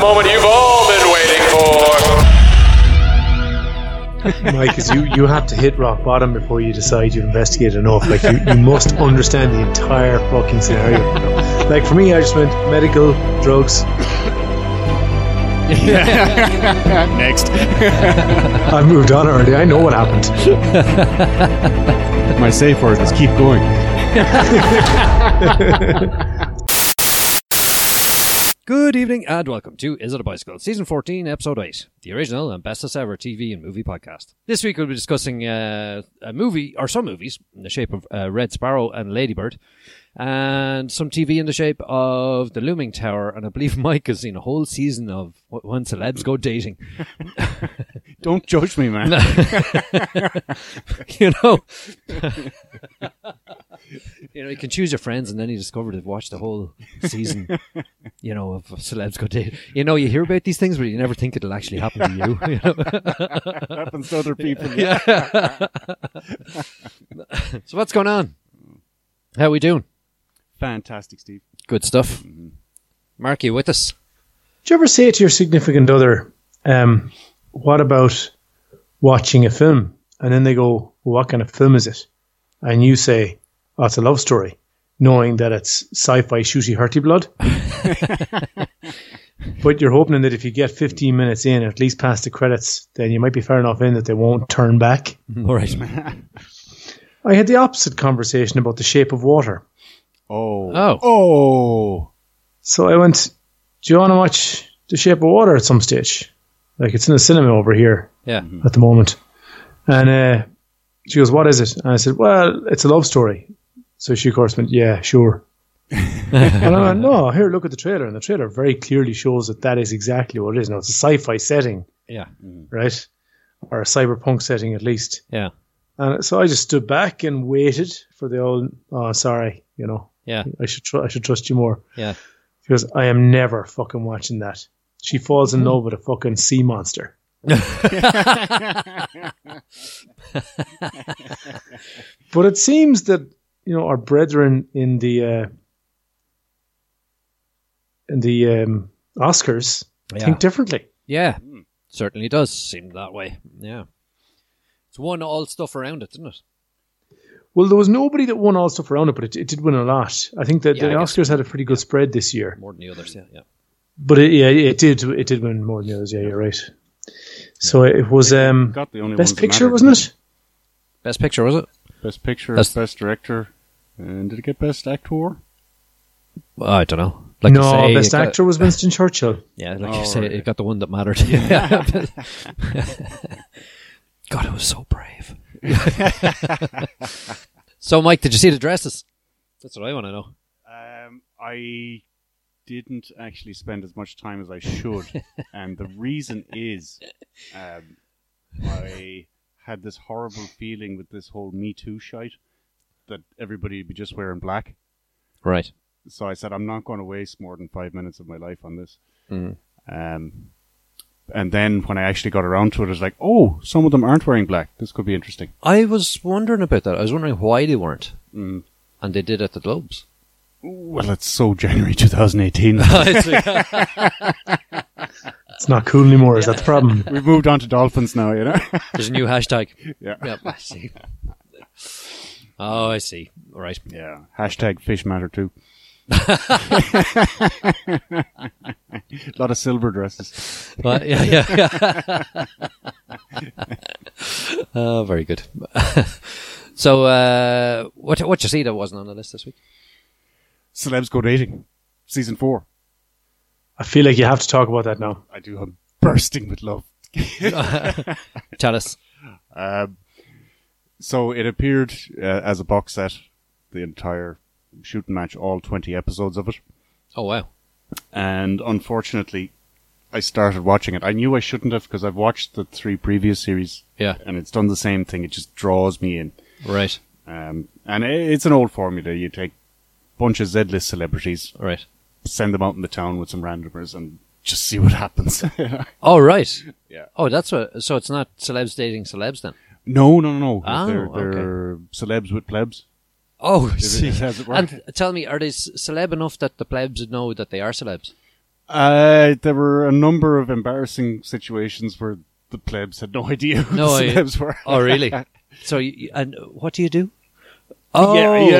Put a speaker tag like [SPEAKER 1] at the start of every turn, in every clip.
[SPEAKER 1] moment you've all been waiting for.
[SPEAKER 2] Mike, is you, you have to hit rock bottom before you decide you've investigated enough. Like, you, you must understand the entire fucking scenario. Like, for me, I just went medical, drugs.
[SPEAKER 3] Next.
[SPEAKER 2] I've moved on already. I know what happened.
[SPEAKER 3] My safe word is keep going.
[SPEAKER 4] Good evening and welcome to Is It a Bicycle, Season 14, Episode 8, the original and bestest ever TV and movie podcast. This week we'll be discussing uh, a movie, or some movies, in the shape of uh, Red Sparrow and Ladybird, and some TV in the shape of The Looming Tower, and I believe Mike has seen a whole season of Wh- When Celebs Go Dating.
[SPEAKER 3] Don't judge me, man.
[SPEAKER 4] you know, you know, you can choose your friends, and then you discover they've watched the whole season. You know, of celebs go date. You know, you hear about these things, but you never think it'll actually happen to you. you know?
[SPEAKER 3] Happens to other people.
[SPEAKER 4] so what's going on? How we doing?
[SPEAKER 3] Fantastic, Steve.
[SPEAKER 4] Good stuff. Mark, you with us?
[SPEAKER 2] Do you ever say to your significant other, um, what about watching a film? And then they go, what kind of film is it? And you say, oh, it's a love story, knowing that it's sci-fi shooty hurty blood. but you're hoping that if you get 15 minutes in, at least past the credits, then you might be far enough in that they won't turn back.
[SPEAKER 4] All right.
[SPEAKER 2] I had the opposite conversation about The Shape of Water.
[SPEAKER 3] Oh.
[SPEAKER 4] Oh.
[SPEAKER 3] Oh.
[SPEAKER 2] So I went, do you want to watch The Shape of Water at some stage? Like, it's in a cinema over here.
[SPEAKER 4] Yeah.
[SPEAKER 2] at the moment. And uh, she goes, What is it? And I said, Well, it's a love story. So she, of course, went, Yeah, sure. and I went, No, here, look at the trailer. And the trailer very clearly shows that that is exactly what it is. Now, it's a sci fi setting,
[SPEAKER 4] Yeah.
[SPEAKER 2] right? Or a cyberpunk setting, at least.
[SPEAKER 4] Yeah.
[SPEAKER 2] And so I just stood back and waited for the old, Oh, sorry, you know,
[SPEAKER 4] Yeah.
[SPEAKER 2] I should, tr- I should trust you more.
[SPEAKER 4] Yeah.
[SPEAKER 2] She goes, I am never fucking watching that. She falls in love with a fucking sea monster. but it seems that you know our brethren in the uh, in the um, Oscars
[SPEAKER 4] Yeah.
[SPEAKER 2] think differently.
[SPEAKER 4] Yeah. Certainly does seem that way. Yeah. It's won all stuff around it, didn't it?
[SPEAKER 2] Well, there was nobody that won all stuff around it, but it, it did win a lot. I think that
[SPEAKER 4] Yeah,
[SPEAKER 2] the
[SPEAKER 4] I guess-
[SPEAKER 2] Oscars had a pretty good spread this year.
[SPEAKER 4] More than the others. Yeah. Yeah.
[SPEAKER 2] But it, yeah, it did. It did win more than the others. Yeah, you're right. So it was um,
[SPEAKER 3] Got the only ones
[SPEAKER 2] best
[SPEAKER 3] that
[SPEAKER 2] picture,
[SPEAKER 3] mattered.
[SPEAKER 2] wasn't it?
[SPEAKER 4] Best picture was it?
[SPEAKER 3] Best picture,
[SPEAKER 4] That's-
[SPEAKER 3] best director. And did it get best actor?
[SPEAKER 4] Well, I don't know. Like
[SPEAKER 2] no,
[SPEAKER 4] you say,
[SPEAKER 2] best
[SPEAKER 4] it got-
[SPEAKER 2] actor was Winston Churchill.
[SPEAKER 4] Yeah, like
[SPEAKER 3] Oh,
[SPEAKER 4] you say,
[SPEAKER 3] right.
[SPEAKER 4] it got the one that mattered. Yeah. God, it was so brave. so, Mike, did you see the dresses? That's what I want to know.
[SPEAKER 3] Um, I didn't actually spend as much time as I should, and the reason is, um, I had this horrible feeling with this whole Me Too shite that everybody would be just wearing black.
[SPEAKER 4] Right.
[SPEAKER 3] So I said, I'm not going to waste more than five minutes of my life on this.
[SPEAKER 4] Mm.
[SPEAKER 3] Um, and then when I actually got around to it, it was like, oh, some of them aren't wearing black. This could be interesting.
[SPEAKER 4] I was wondering about that. I was wondering why they weren't,
[SPEAKER 3] Mm.
[SPEAKER 4] and they did at the Globes.
[SPEAKER 3] Well, it's so January 2018.
[SPEAKER 2] It's not cool anymore. Is that the problem?
[SPEAKER 3] We've moved on to dolphins now, you know?
[SPEAKER 4] There's a new hashtag.
[SPEAKER 3] yeah.
[SPEAKER 4] Yep, I see. Oh, I see. All right.
[SPEAKER 3] Yeah. Hashtag fish matter too. A lot of silver dresses.
[SPEAKER 4] But yeah, yeah. uh, very good. so, uh, what what you see that wasn't on the list this week?
[SPEAKER 3] Celebs go dating. Season four.
[SPEAKER 2] I feel like you have to talk about that now.
[SPEAKER 3] I do. I'm bursting with love.
[SPEAKER 4] Tell us.
[SPEAKER 3] Um, so it appeared uh, as a box set, the entire shooting match, all 20 episodes of it.
[SPEAKER 4] Oh wow.
[SPEAKER 3] And unfortunately, I started watching it. I knew I shouldn't have because I've watched the three previous series
[SPEAKER 4] Yeah.
[SPEAKER 3] and it's done the same thing. It just draws me in.
[SPEAKER 4] Right.
[SPEAKER 3] Um, and i- it's an old formula. You take bunch of Z-list celebrities,
[SPEAKER 4] Right.
[SPEAKER 3] send them out in the town with some randomers, and just see what happens.
[SPEAKER 4] Oh right.
[SPEAKER 3] Yeah.
[SPEAKER 4] Oh, that's what. So it's not celebs dating celebs then.
[SPEAKER 3] no, no, no.
[SPEAKER 4] Oh,
[SPEAKER 3] they're they're celebs with plebs.
[SPEAKER 4] Oh,
[SPEAKER 3] Is it-
[SPEAKER 4] see.
[SPEAKER 3] has it worked?
[SPEAKER 4] and tell me, are they c- celeb enough that the plebs would know that they are celebs?
[SPEAKER 3] Uh, there were a number of embarrassing situations where the plebs had no idea who
[SPEAKER 4] No,
[SPEAKER 3] the
[SPEAKER 4] I-
[SPEAKER 3] celebs were.
[SPEAKER 4] Oh, really? So, you, you- and what do you do? Oh,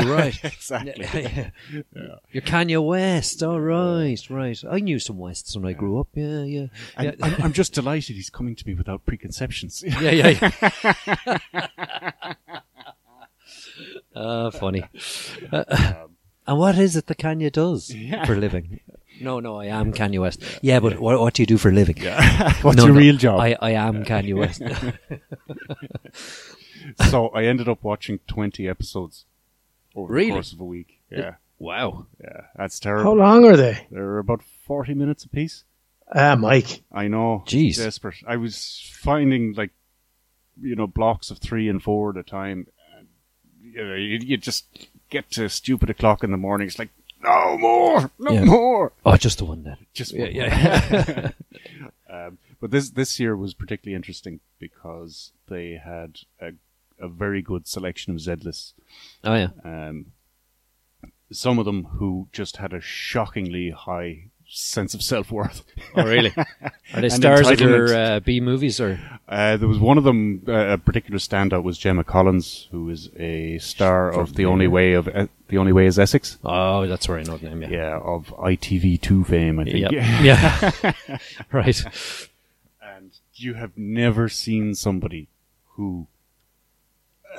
[SPEAKER 4] right.
[SPEAKER 3] exactly.
[SPEAKER 4] You're Kanye West. All right, right. I knew some Wests when I grew up. Yeah, yeah, yeah,
[SPEAKER 3] And I'm, I'm just delighted he's coming to me without preconceptions.
[SPEAKER 4] yeah, yeah. Ah, funny. Uh, and what is it that Kanye does
[SPEAKER 3] Yeah.
[SPEAKER 4] for a living? No, no, I am Kanye West. Yeah, but What, what do you do for a living?
[SPEAKER 3] What's
[SPEAKER 4] No,
[SPEAKER 3] your
[SPEAKER 4] no,
[SPEAKER 3] real job?
[SPEAKER 4] I, I am Kanye West.
[SPEAKER 3] so I ended up watching 20 episodes over
[SPEAKER 4] Really?
[SPEAKER 3] the course of a week. Yeah,
[SPEAKER 4] wow.
[SPEAKER 3] yeah, that's
[SPEAKER 2] How
[SPEAKER 3] terrible.
[SPEAKER 2] long are they?
[SPEAKER 3] They're about 40 minutes apiece.
[SPEAKER 2] Ah, Mike.
[SPEAKER 3] I know.
[SPEAKER 4] Jeez.
[SPEAKER 3] Desperate. I was finding like, you know, blocks of three and four at a time. And, You, know, you, you just get to stupid o'clock in the morning. It's like, no more, no
[SPEAKER 4] Yeah.
[SPEAKER 3] more.
[SPEAKER 4] Oh, just the one then.
[SPEAKER 3] Just
[SPEAKER 4] Yeah,
[SPEAKER 3] one
[SPEAKER 4] yeah.
[SPEAKER 3] more. um, but this this year was particularly interesting because they had a, a very good selection of Z lists
[SPEAKER 4] Oh yeah.
[SPEAKER 3] um, some of them who just had a shockingly high sense of self worth.
[SPEAKER 4] Oh really? Are they
[SPEAKER 3] And
[SPEAKER 4] stars of
[SPEAKER 3] entitlement.
[SPEAKER 4] your uh, B movies or?
[SPEAKER 3] Uh, there was one of them, uh, a particular standout was Gemma Collins, who is a star of The Only Way of uh, The Only Way is Essex.
[SPEAKER 4] Oh, that's where I know the name. Yeah.
[SPEAKER 3] Yeah, of ITV2 fame, I think.
[SPEAKER 4] Yeah. yeah. right.
[SPEAKER 3] And you have never seen somebody who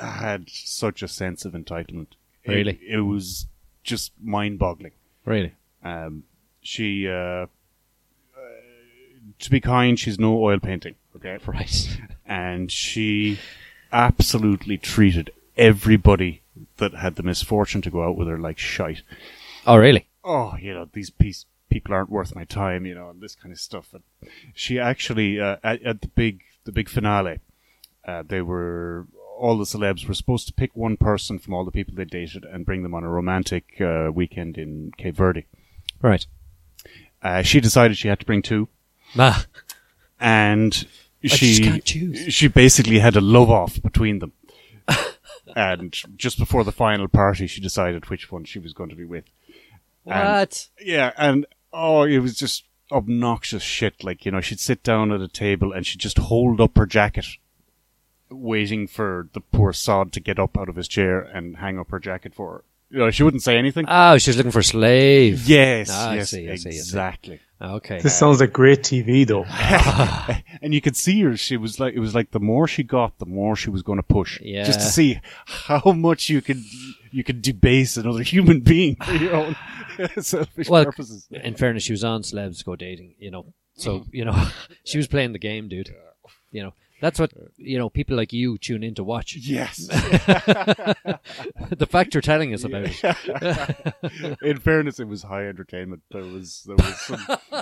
[SPEAKER 3] had such a sense of entitlement. It-
[SPEAKER 4] Really?
[SPEAKER 3] it was just mind boggling.
[SPEAKER 4] Really.
[SPEAKER 3] Um, she, uh, uh, to be kind, she's no oil painting. Okay.
[SPEAKER 4] Right.
[SPEAKER 3] And she absolutely treated everybody that had the misfortune to go out with her like shite.
[SPEAKER 4] Oh really?
[SPEAKER 3] Oh, you know, these piece, people aren't worth my time, you know, and this kind of stuff. And she actually, uh, at, at the big, the big finale, uh, they were, all the celebs were supposed to pick one person from all the people they dated and bring them on a romantic uh, weekend in Cape Verde.
[SPEAKER 4] Right.
[SPEAKER 3] Uh, she decided she had to bring two,
[SPEAKER 4] Ah.
[SPEAKER 3] and
[SPEAKER 4] just
[SPEAKER 3] she
[SPEAKER 4] can't choose.
[SPEAKER 3] she basically had a love off between them. and just before the final party, she decided which one she was going to be with. And-
[SPEAKER 4] What?
[SPEAKER 3] Yeah, and oh, it was just obnoxious shit. Like you know, she'd sit down at a table and she'd just hold up her jacket, waiting for the poor sod to get up out of his chair and hang up her jacket for her. You know, she wouldn't say anything.
[SPEAKER 4] Oh, she's looking for a slave.
[SPEAKER 3] yes,
[SPEAKER 4] Ah, I
[SPEAKER 3] yes,
[SPEAKER 4] see, I see, I see.
[SPEAKER 3] exactly.
[SPEAKER 4] Okay.
[SPEAKER 2] This sounds like great TV, though.
[SPEAKER 3] and you could see her. She was like, it was like the more she got, the more she was going to push,
[SPEAKER 4] Yeah.
[SPEAKER 3] just to see how much you could you could debase another human being for your own selfish
[SPEAKER 4] Well,
[SPEAKER 3] purposes.
[SPEAKER 4] In fairness, she was on Celebs Go Dating, you know.
[SPEAKER 3] Mm.
[SPEAKER 4] So, you know, she was playing the game, dude. You know, that's what, you know, people like you tune in to watch.
[SPEAKER 3] Yes.
[SPEAKER 4] the fact you're telling us about it.
[SPEAKER 3] in fairness, it was high entertainment. There was there was some there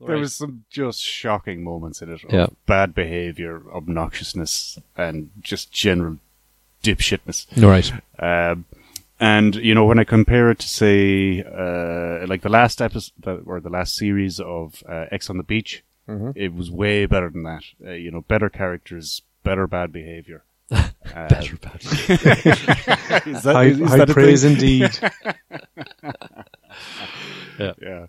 [SPEAKER 4] Right.
[SPEAKER 3] was some just shocking moments in it. Of
[SPEAKER 4] Yeah.
[SPEAKER 3] Bad behavior, obnoxiousness, and just general dipshitness.
[SPEAKER 4] Right.
[SPEAKER 3] Um, and you know, when I compare it to say, uh, like the last episode or the last series of uh, X on the Beach, it was way better than that. Uh, you know, better characters, better bad behavior. Uh,
[SPEAKER 4] Better about it.
[SPEAKER 3] is that,
[SPEAKER 2] High,
[SPEAKER 3] is
[SPEAKER 2] high
[SPEAKER 3] that a thing?
[SPEAKER 2] praise indeed.
[SPEAKER 3] Yeah.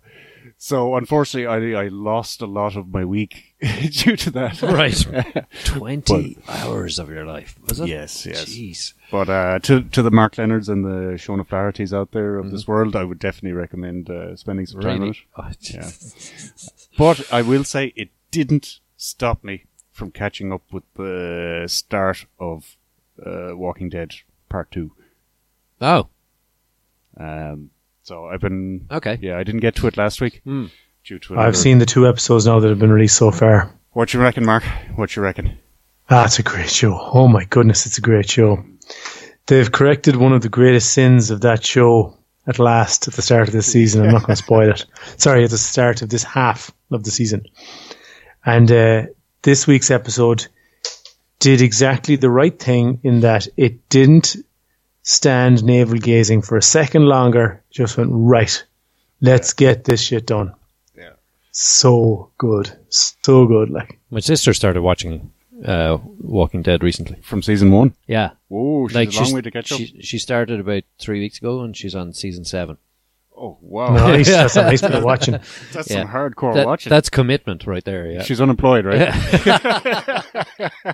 [SPEAKER 3] So unfortunately, I, I lost a lot of my week due to that.
[SPEAKER 4] Right. 20 hours of your life, was it?
[SPEAKER 3] Yes, yes.
[SPEAKER 4] Jeez.
[SPEAKER 3] But uh, to to the Mark Leonards and the Sean O'Flaherty's out there of this world, I would definitely recommend uh, spending some time on it.
[SPEAKER 4] Really? Oh, jeez.
[SPEAKER 3] But I will say it didn't stop me from catching up with the start of uh, Walking Dead Part Two.
[SPEAKER 4] Oh,
[SPEAKER 3] Um, so I've been
[SPEAKER 4] okay.
[SPEAKER 3] yeah, I didn't get to it last week
[SPEAKER 4] Hmm.
[SPEAKER 3] due to another-
[SPEAKER 2] I've seen the two episodes now that have been released so far.
[SPEAKER 3] What you reckon, Mark? What you reckon?
[SPEAKER 2] Ah, it's a great show. Oh my goodness, it's a great show. They've corrected one of the greatest sins of that show at last at the start of this season. I'm not going to spoil it. Sorry, at the start of this half of the season. And uh, this week's episode did exactly the right thing in that it didn't stand navel gazing for a second longer, just went, right, let's get this shit done.
[SPEAKER 3] Yeah.
[SPEAKER 2] So good. So good. Like,
[SPEAKER 4] My sister started watching uh, Walking Dead recently.
[SPEAKER 3] From season one?
[SPEAKER 4] Yeah.
[SPEAKER 3] Oh, she's
[SPEAKER 4] like
[SPEAKER 3] a long
[SPEAKER 4] she's-
[SPEAKER 3] way to catch up.
[SPEAKER 4] she, she started about three weeks ago and she's on season seven.
[SPEAKER 3] Oh wow,
[SPEAKER 2] Nice. That's a nice bit of watching.
[SPEAKER 3] that's
[SPEAKER 4] Yeah.
[SPEAKER 3] some hardcore
[SPEAKER 4] That-
[SPEAKER 3] watching.
[SPEAKER 4] that's commitment right there. Yeah.
[SPEAKER 3] She's unemployed, right?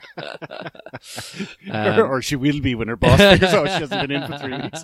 [SPEAKER 4] Um,
[SPEAKER 3] or she will be when her boss figures out she hasn't been in for three weeks.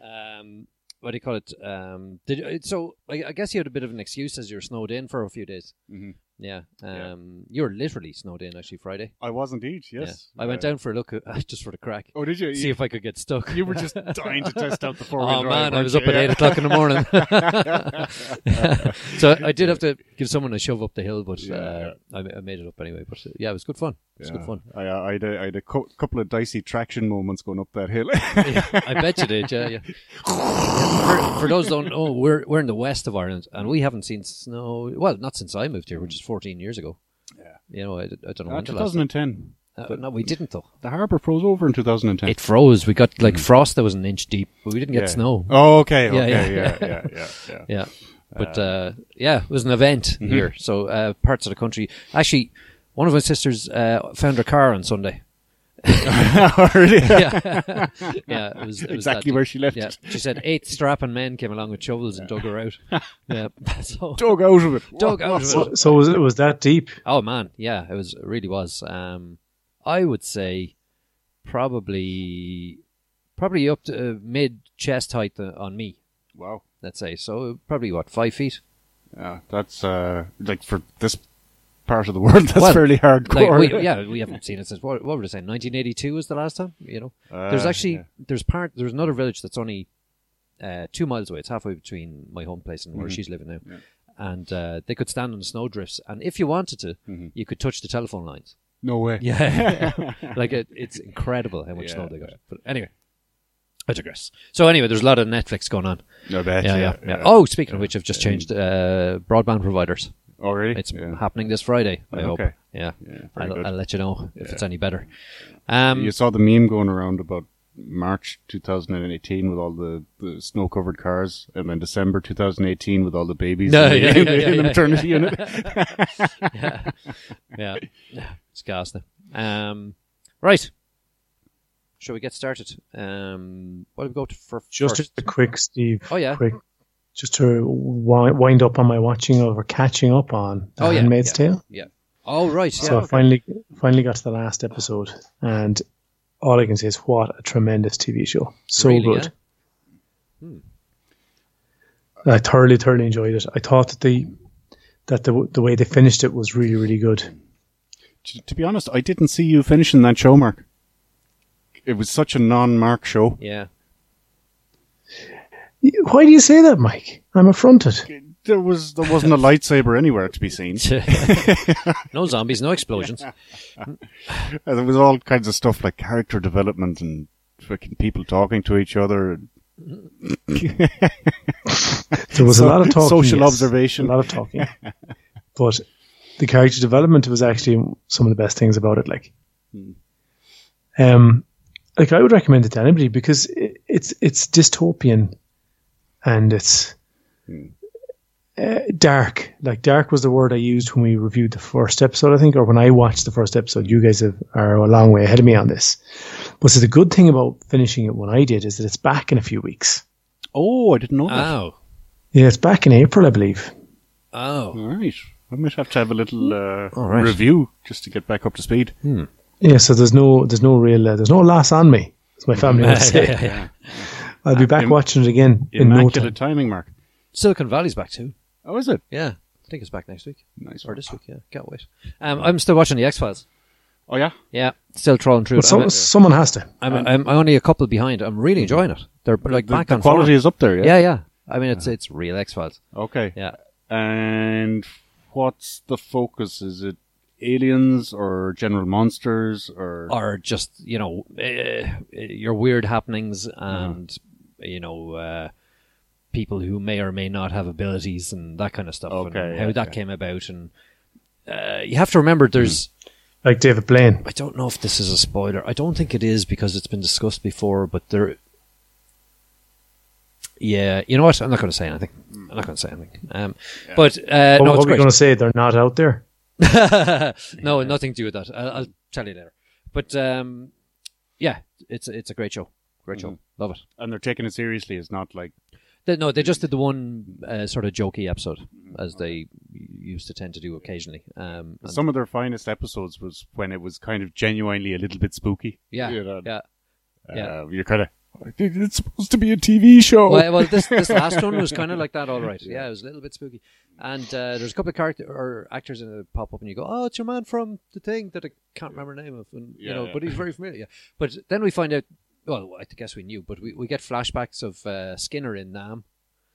[SPEAKER 4] um, what do you call it? Um, did you, so I, I guess you had a bit of an excuse as you were snowed in for a few days.
[SPEAKER 3] Mhm.
[SPEAKER 4] Yeah, um,
[SPEAKER 3] Yeah.
[SPEAKER 4] you were literally snowed in actually Friday.
[SPEAKER 3] I was indeed,
[SPEAKER 4] Yeah.
[SPEAKER 3] yes.
[SPEAKER 4] I went
[SPEAKER 3] Uh,
[SPEAKER 4] down for a look uh, just for the crack,
[SPEAKER 3] Oh, did you?
[SPEAKER 4] see if I could get stuck.
[SPEAKER 3] You were just dying to test out the four wheel
[SPEAKER 4] Oh
[SPEAKER 3] drive.
[SPEAKER 4] man, I
[SPEAKER 3] weren't
[SPEAKER 4] was
[SPEAKER 3] you?
[SPEAKER 4] up at
[SPEAKER 3] Yeah.
[SPEAKER 4] eight o'clock in the morning. so I did have to give someone a shove up the hill, but uh,
[SPEAKER 3] Yeah,
[SPEAKER 4] I, I made it up anyway. But uh, yeah, it was good fun. It was
[SPEAKER 3] Yeah.
[SPEAKER 4] good fun.
[SPEAKER 3] I, uh, I had a, I had a cou- couple of dicey traction moments going up that hill.
[SPEAKER 4] I bet you did. Yeah, yeah. Yeah, For, for those who don't know, we're we're in the west of Ireland, and we haven't seen snow. Well, not since I moved here, which is 14 years ago.
[SPEAKER 3] Yeah.
[SPEAKER 4] You know, I, I don't know
[SPEAKER 3] Uh,
[SPEAKER 4] when the last.
[SPEAKER 3] 2010.
[SPEAKER 4] Uh, no, we didn't though.
[SPEAKER 3] The harbour froze over in 2010.
[SPEAKER 4] It froze. We got like frost that was an inch deep, but we didn't get
[SPEAKER 3] Mm. Yeah.
[SPEAKER 4] snow.
[SPEAKER 3] Oh, okay,
[SPEAKER 4] Yeah,
[SPEAKER 3] okay, yeah,
[SPEAKER 4] yeah.
[SPEAKER 3] yeah, yeah, yeah. yeah.
[SPEAKER 4] Yeah. But uh, yeah, it was an event
[SPEAKER 3] mm-hmm.
[SPEAKER 4] here. So uh, parts of the country. Actually, one of my sisters uh, found her car on Sunday.
[SPEAKER 3] Already.
[SPEAKER 4] Yeah, yeah, it was, it was
[SPEAKER 3] Exactly
[SPEAKER 4] that
[SPEAKER 3] where
[SPEAKER 4] deep.
[SPEAKER 3] she left
[SPEAKER 4] Yeah,
[SPEAKER 3] it.
[SPEAKER 4] she said eight strapping men came along with shovels and dug her out. Yeah, so
[SPEAKER 3] Dug out of it.
[SPEAKER 4] dug out of
[SPEAKER 2] So,
[SPEAKER 4] it.
[SPEAKER 2] so was it was that deep?
[SPEAKER 4] Oh man, yeah, it was it really was. Um, I would say probably probably up to uh, mid chest height uh, on me.
[SPEAKER 3] Wow.
[SPEAKER 4] Let's say so. Probably what five feet.
[SPEAKER 3] Yeah, that's uh, like for this part of the world, that's
[SPEAKER 4] Well,
[SPEAKER 3] fairly
[SPEAKER 4] Like,
[SPEAKER 3] hardcore.
[SPEAKER 4] we, yeah, we haven't seen it since what, what were they saying? 1982 was the last time. You know, there's
[SPEAKER 3] Uh,
[SPEAKER 4] actually
[SPEAKER 3] yeah.
[SPEAKER 4] there's part there's another village that's only uh, two miles away. It's halfway between my home place and where
[SPEAKER 3] Mm-hmm.
[SPEAKER 4] she's living now, and uh, they could stand on snow drifts. And if you wanted to,
[SPEAKER 3] Mm-hmm.
[SPEAKER 4] you could touch the telephone lines.
[SPEAKER 3] No way.
[SPEAKER 4] Yeah, like it, it's incredible how much
[SPEAKER 3] Yeah.
[SPEAKER 4] snow they got. But anyway, I digress. So anyway, there's a lot of Netflix going on.
[SPEAKER 3] I bet.
[SPEAKER 4] Yeah, yeah, yeah. Oh, speaking of which, I've just changed uh, broadband providers.
[SPEAKER 3] already?
[SPEAKER 4] It's
[SPEAKER 3] Oh, yeah. Oh,
[SPEAKER 4] happening this Friday. I hope.
[SPEAKER 3] Okay.
[SPEAKER 4] Yeah,
[SPEAKER 3] Yeah, very
[SPEAKER 4] I'll,
[SPEAKER 3] good.
[SPEAKER 4] I'll let you know if it's any better. Um,
[SPEAKER 3] You saw the meme going around about March 2018 with all the, the snow covered cars, and then December 2018 with all the babies
[SPEAKER 4] No,
[SPEAKER 3] in, the-
[SPEAKER 4] yeah,
[SPEAKER 3] in,
[SPEAKER 4] yeah, yeah,
[SPEAKER 3] the
[SPEAKER 4] yeah.
[SPEAKER 3] maternity unit.
[SPEAKER 4] yeah, yeah, it's gas now. Um, right. Shall we get started? Um, what do we go to for
[SPEAKER 2] Just
[SPEAKER 4] first?
[SPEAKER 2] a quick, Steve.
[SPEAKER 4] Oh, yeah.
[SPEAKER 2] Quick. Just to wi- wind up on my watching of or catching up on The
[SPEAKER 4] Oh, yeah,
[SPEAKER 2] Handmaid's
[SPEAKER 4] yeah.
[SPEAKER 2] Tale.
[SPEAKER 4] yeah. Oh right. Yeah.
[SPEAKER 2] So I finally finally got to the last episode, and all I can say is what a tremendous TV show. So
[SPEAKER 4] Really, Hmm.
[SPEAKER 2] good. I thoroughly thoroughly enjoyed it. I thought that the that the the way they finished it was really really good.
[SPEAKER 3] T- to be honest, I didn't see you finishing that show, Mark. It was such a non Mark show.
[SPEAKER 4] yeah.
[SPEAKER 2] Why do you say that, Mike? I'm affronted.
[SPEAKER 3] There was there wasn't a lightsaber anywhere to be seen.
[SPEAKER 4] no zombies, no explosions.
[SPEAKER 3] Uh, There was all kinds of stuff like character development and fucking people talking to each other.
[SPEAKER 2] There was
[SPEAKER 3] So-
[SPEAKER 2] a lot of talking,
[SPEAKER 3] social
[SPEAKER 2] yes.
[SPEAKER 3] observation.
[SPEAKER 2] a lot of talking, but the character development was actually some of the best things about it. Like, um, like I would recommend it to anybody because it, it's it's dystopian, and it's uh, dark. Like dark was the word I used when we reviewed the first episode, I think, or when I watched the first episode. You guys have, are a long way ahead of me on this. But so the good thing about finishing it when I did is that it's back in a few weeks.
[SPEAKER 3] Oh, I didn't know
[SPEAKER 2] Ah,
[SPEAKER 3] that.
[SPEAKER 4] oh,
[SPEAKER 2] Yeah, it's back in April, I believe.
[SPEAKER 4] oh.
[SPEAKER 3] All right. I might have to have a little uh,
[SPEAKER 4] All right.
[SPEAKER 3] review just to get back up to speed.
[SPEAKER 2] Yeah, so there's no there's no real uh, there's no loss on me. As my family would say, I'll be back
[SPEAKER 3] Im-
[SPEAKER 2] watching it again in no
[SPEAKER 3] Immaculate
[SPEAKER 2] time.
[SPEAKER 3] timing, Mark.
[SPEAKER 4] Silicon Valley's back too.
[SPEAKER 3] Oh, is it?
[SPEAKER 4] Yeah, I think it's back next week
[SPEAKER 3] Nice.
[SPEAKER 4] or this week. Yeah, can't wait. Um, I'm still watching the X Files.
[SPEAKER 3] Oh, yeah?
[SPEAKER 4] Yeah, still trolling through.
[SPEAKER 2] But
[SPEAKER 4] It.
[SPEAKER 2] so,
[SPEAKER 4] I'm,
[SPEAKER 2] someone has to.
[SPEAKER 4] I'm, I'm, I'm only a couple behind. I'm really enjoying it. They're like
[SPEAKER 3] uh, Mm-hmm. The,
[SPEAKER 4] back
[SPEAKER 3] the
[SPEAKER 4] on
[SPEAKER 3] quality
[SPEAKER 4] form.
[SPEAKER 3] is up there, yeah?
[SPEAKER 4] Yeah, yeah. I mean, it's it's real X Files.
[SPEAKER 3] Okay.
[SPEAKER 4] Yeah.
[SPEAKER 3] And what's the focus? Is it aliens or general monsters or.
[SPEAKER 4] or just you know eh, your weird happenings and you know uh, people who may or may not have abilities and that kind of stuff
[SPEAKER 3] Okay,
[SPEAKER 4] and how
[SPEAKER 3] yeah,
[SPEAKER 4] that came about and uh, you have to remember there's
[SPEAKER 2] Like David Blaine.
[SPEAKER 4] I don't know if this is a spoiler I don't think it is because it's been discussed before but there yeah you know what I'm not going to say anything I'm not going to say anything um, but uh,
[SPEAKER 2] What-
[SPEAKER 4] no
[SPEAKER 2] what
[SPEAKER 4] it's
[SPEAKER 2] are we
[SPEAKER 4] great
[SPEAKER 2] going to say? They're not out there.
[SPEAKER 4] no, nothing to do with that. I'll, I'll tell you later. But um, yeah, it's it's a great show. Great show. Love it.
[SPEAKER 3] and they're taking it seriously. It's not like
[SPEAKER 4] They, no, they just did the one uh, sort of jokey episode, as they used to tend to do occasionally. Um, and-
[SPEAKER 3] some of their finest episodes was when it was kind of genuinely a little bit spooky.
[SPEAKER 4] yeah,
[SPEAKER 3] you know,
[SPEAKER 4] yeah. yeah.
[SPEAKER 3] Uh, you're kind of it's supposed to be a TV show.
[SPEAKER 4] Well, well, this this last one was kind of like that, all right. Yeah, it was a little bit spooky. And uh, there's a couple of character or actors in it that pop up, and you go, "Oh, it's your man from the thing that I can't remember the name of," and you
[SPEAKER 3] Yeah,
[SPEAKER 4] know,
[SPEAKER 3] yeah.
[SPEAKER 4] but he's very familiar. Yeah. But then we find out. Well, I guess we knew, but we, we get flashbacks of uh, Skinner in Nam.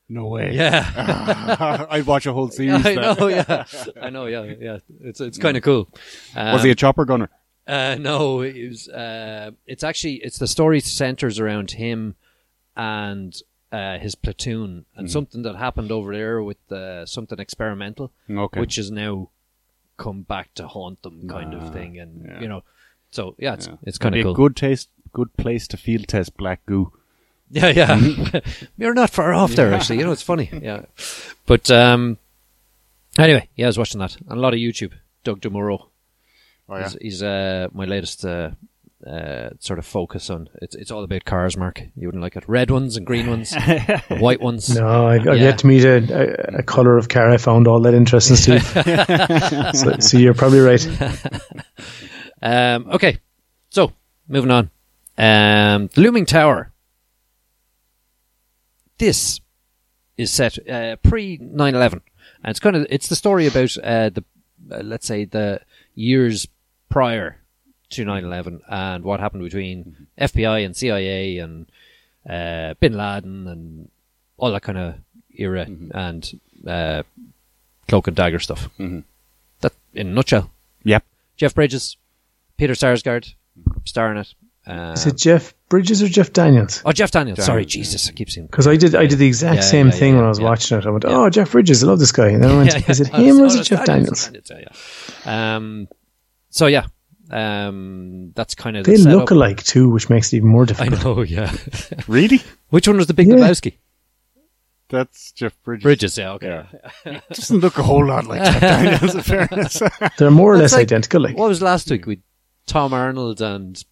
[SPEAKER 3] no way.
[SPEAKER 4] Yeah,
[SPEAKER 3] I'd watch a whole series. then.
[SPEAKER 4] I know. Yeah, I know. Yeah, yeah. It's it's kind of cool. Um,
[SPEAKER 3] Was he a chopper gunner?
[SPEAKER 4] Uh, no, it was. Uh, it's actually it's the story centers around him and uh, his platoon
[SPEAKER 3] Mm-hmm.
[SPEAKER 4] and something that happened over there with uh, something experimental,
[SPEAKER 3] Okay.
[SPEAKER 4] which has now come back to haunt them, kind
[SPEAKER 3] Ah,
[SPEAKER 4] of thing. And
[SPEAKER 3] yeah.
[SPEAKER 4] you know, so yeah, it's
[SPEAKER 3] Yeah.
[SPEAKER 4] it's kind of
[SPEAKER 3] Be
[SPEAKER 4] cool.
[SPEAKER 3] a good taste, good place to field test black goo.
[SPEAKER 4] Yeah, yeah.
[SPEAKER 3] Mm-hmm.
[SPEAKER 4] You're not far off there, actually. You know, it's funny. Yeah. But um, anyway, yeah, I was watching that. And a lot of YouTube. Doug DeMuro.
[SPEAKER 3] Oh, yeah.
[SPEAKER 4] He's, he's uh, my latest uh, uh, sort of focus on. It's, it's all about cars, Mark. You wouldn't like it. Red ones and green ones, and white ones.
[SPEAKER 2] No, I've, I've
[SPEAKER 4] Yeah.
[SPEAKER 2] yet to meet a, a, a color of car I found all that interesting, Steve. so, so you're probably right.
[SPEAKER 4] Um, okay, so moving on. Um, the Looming Tower. This is set uh, pre 9/11, and it's kind of it's the story about uh, the uh, let's say the years prior to 9/11 and what happened between FBI and CIA and uh, Bin Laden and all that kind of era and uh, cloak and dagger stuff.
[SPEAKER 3] Mhm.
[SPEAKER 4] That in a nutshell.
[SPEAKER 3] Yep.
[SPEAKER 4] Jeff Bridges, Peter Sarsgaard, starring it. Um,
[SPEAKER 2] Is it Jeff Bridges or Jeff Daniels?
[SPEAKER 4] oh, Jeff Daniels.
[SPEAKER 3] Daniels,
[SPEAKER 4] Sorry,
[SPEAKER 3] yeah.
[SPEAKER 4] Jesus, I keep seeing.
[SPEAKER 2] Because I did, I did the exact
[SPEAKER 4] Yeah,
[SPEAKER 2] same
[SPEAKER 4] yeah,
[SPEAKER 2] thing
[SPEAKER 4] yeah,
[SPEAKER 2] when I was
[SPEAKER 4] yeah.
[SPEAKER 2] watching it. I went, "Oh, Jeff Bridges, I love this guy." And then I went, "Is it
[SPEAKER 4] Oh,
[SPEAKER 2] him or
[SPEAKER 4] it's-
[SPEAKER 2] is
[SPEAKER 4] oh,
[SPEAKER 2] it
[SPEAKER 4] it's
[SPEAKER 2] Jeff Daniels?"
[SPEAKER 4] Daniels, yeah, yeah. Um, so yeah, um, that's kind of
[SPEAKER 2] They
[SPEAKER 4] the setup.
[SPEAKER 2] look alike too, which makes it even more
[SPEAKER 4] I
[SPEAKER 2] difficult.
[SPEAKER 4] know, yeah.
[SPEAKER 3] Really?
[SPEAKER 4] Which one was the Big
[SPEAKER 2] Yeah.
[SPEAKER 4] Lebowski?
[SPEAKER 3] That's Jeff Bridges.
[SPEAKER 4] Bridges, yeah, okay.
[SPEAKER 3] Yeah. Doesn't look a whole lot like Jeff Daniels, in fairness.
[SPEAKER 2] They're more or less
[SPEAKER 4] That's like-
[SPEAKER 2] identical. Like,
[SPEAKER 4] What was last week with Tom Arnold and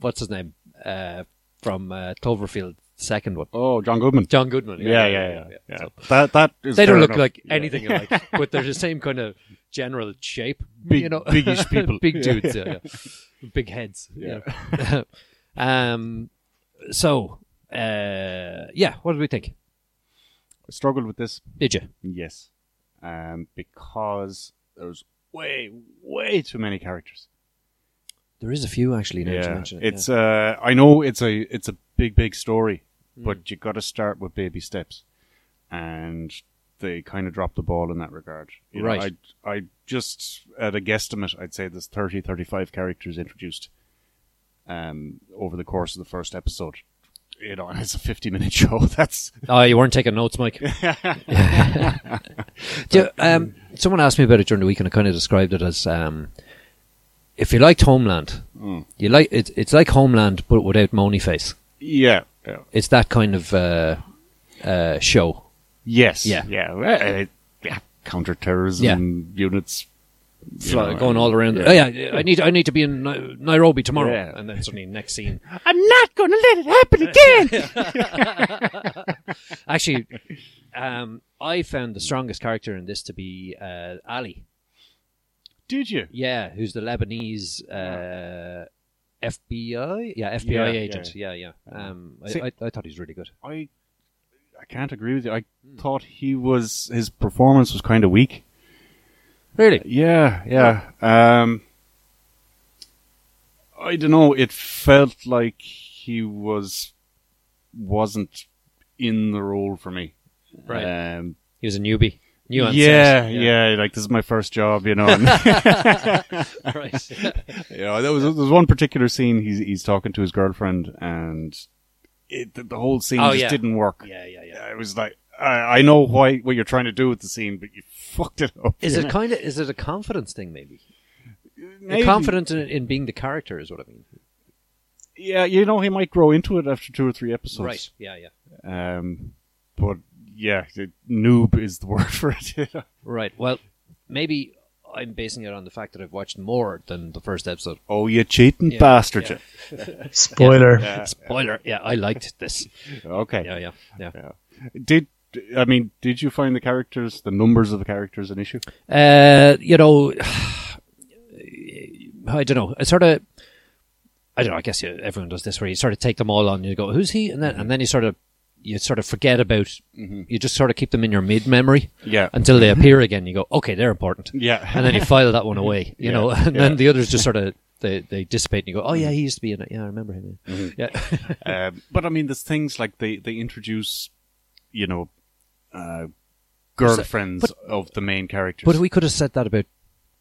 [SPEAKER 4] what's his name uh, from uh, Cloverfield, second one,
[SPEAKER 3] oh, John Goodman.
[SPEAKER 4] John Goodman.
[SPEAKER 3] Yeah, yeah, yeah. yeah, That that is
[SPEAKER 4] they don't
[SPEAKER 3] fair
[SPEAKER 4] look
[SPEAKER 3] enough.
[SPEAKER 4] like
[SPEAKER 3] Yeah.
[SPEAKER 4] anything alike, but they're the same kind of general shape.
[SPEAKER 3] Big-
[SPEAKER 4] you know,
[SPEAKER 3] biggish people.
[SPEAKER 4] big
[SPEAKER 3] Yeah.
[SPEAKER 4] dudes, yeah, yeah. big heads. Yeah. um. So, uh, yeah. What did we think?
[SPEAKER 3] I struggled with this.
[SPEAKER 4] Did you?
[SPEAKER 3] Yes, um, because there was way way too many characters.
[SPEAKER 4] There is a few actually. Now you
[SPEAKER 3] yeah,
[SPEAKER 4] mention it.
[SPEAKER 3] it's uh, I know it's a it's a big big story, but you got to start with baby steps, and they kind of dropped the ball in that regard. You know,
[SPEAKER 4] Right.
[SPEAKER 3] I I just at a guesstimate, I'd say there's 30, 35 characters introduced, um, over the course of the first episode. You know, and it's a fifty-minute show. That's
[SPEAKER 4] yeah. Oh, you weren't taking notes, Mike. Do you- um, someone asked me about it during the week, and I kind of described it as um, if you liked Homeland,
[SPEAKER 3] Mm.
[SPEAKER 4] you like it's it's like Homeland, but without Moni face.
[SPEAKER 3] yeah, yeah.
[SPEAKER 4] It's that kind of uh, uh, show.
[SPEAKER 3] Yes.
[SPEAKER 4] Yeah.
[SPEAKER 3] Yeah. Uh, yeah. Counterterrorism units. you
[SPEAKER 4] Fly-
[SPEAKER 3] know,
[SPEAKER 4] going all around.
[SPEAKER 3] yeah.
[SPEAKER 4] Oh, yeah, yeah, I need I need to be in Nai- Nairobi tomorrow,
[SPEAKER 3] Yeah.
[SPEAKER 4] and then suddenly next scene.
[SPEAKER 3] I'm not going to let it happen again.
[SPEAKER 4] Actually, um, I found the strongest character in this to be uh, Ali.
[SPEAKER 3] Did you?
[SPEAKER 4] Yeah, who's the Lebanese uh, FBI? Yeah, FBI
[SPEAKER 3] Yeah,
[SPEAKER 4] agent. Yeah, yeah. Um, I,
[SPEAKER 3] See-
[SPEAKER 4] I, I thought he was really good.
[SPEAKER 3] I I can't agree with you. I
[SPEAKER 4] Hmm.
[SPEAKER 3] thought he was his performance was kind of weak.
[SPEAKER 4] Really?
[SPEAKER 3] Yeah. Yeah. Um. I don't know. It felt like he was wasn't in the role for me.
[SPEAKER 4] Right.
[SPEAKER 3] Um,
[SPEAKER 4] Uh, He was a newbie. New on
[SPEAKER 3] yeah,
[SPEAKER 4] set.
[SPEAKER 3] yeah, Like this is my first job, you know. and-
[SPEAKER 4] Right.
[SPEAKER 3] you know, there was there's one particular scene he's he's talking to his girlfriend, and it, the, the whole scene
[SPEAKER 4] Oh,
[SPEAKER 3] just
[SPEAKER 4] yeah.
[SPEAKER 3] didn't work.
[SPEAKER 4] yeah, yeah, yeah.
[SPEAKER 3] I was like, I, I know why what you're trying to do with the scene, but you fucked it up.
[SPEAKER 4] Is
[SPEAKER 3] you
[SPEAKER 4] it
[SPEAKER 3] know?
[SPEAKER 4] kind of is it a confidence thing? Maybe,
[SPEAKER 3] Maybe.
[SPEAKER 4] confident in, in being the character is what I mean.
[SPEAKER 3] Yeah, you know, he might grow into it after two or three episodes.
[SPEAKER 4] Yeah. Yeah.
[SPEAKER 3] Right. Um, but yeah, the noob is the word for it. you know.
[SPEAKER 4] Right. Well, maybe I'm basing it on the fact that I've watched more than the first episode.
[SPEAKER 3] Oh, you cheating
[SPEAKER 4] Yeah,
[SPEAKER 3] bastard!
[SPEAKER 4] yeah.
[SPEAKER 2] Spoiler.
[SPEAKER 4] Spoiler. Yeah, I liked this.
[SPEAKER 3] you. Okay.
[SPEAKER 4] Yeah, yeah, yeah.
[SPEAKER 3] Did I mean? Did you find the characters, the numbers of the characters, an issue?
[SPEAKER 4] Uh, you know, I don't know. I sort of, I don't know. I guess you, everyone does this, where you sort of take them all on. You go, "Who's he?" and then and then you sort of you sort of forget about. You just sort of keep them in your mid memory
[SPEAKER 3] Yeah.
[SPEAKER 4] until they appear again. You go, "Okay, they're important."
[SPEAKER 3] Yeah.
[SPEAKER 4] and then you file that one away. You
[SPEAKER 3] Yeah,
[SPEAKER 4] know, and
[SPEAKER 3] yeah.
[SPEAKER 4] then the others just sort of they they dissipate, and you go, "Oh yeah, he used to be in it. Yeah, I remember him." Yeah,
[SPEAKER 3] Um, but I mean, there's things like they they introduce, you know, uh, girlfriends of the main characters.
[SPEAKER 4] but we could have said that about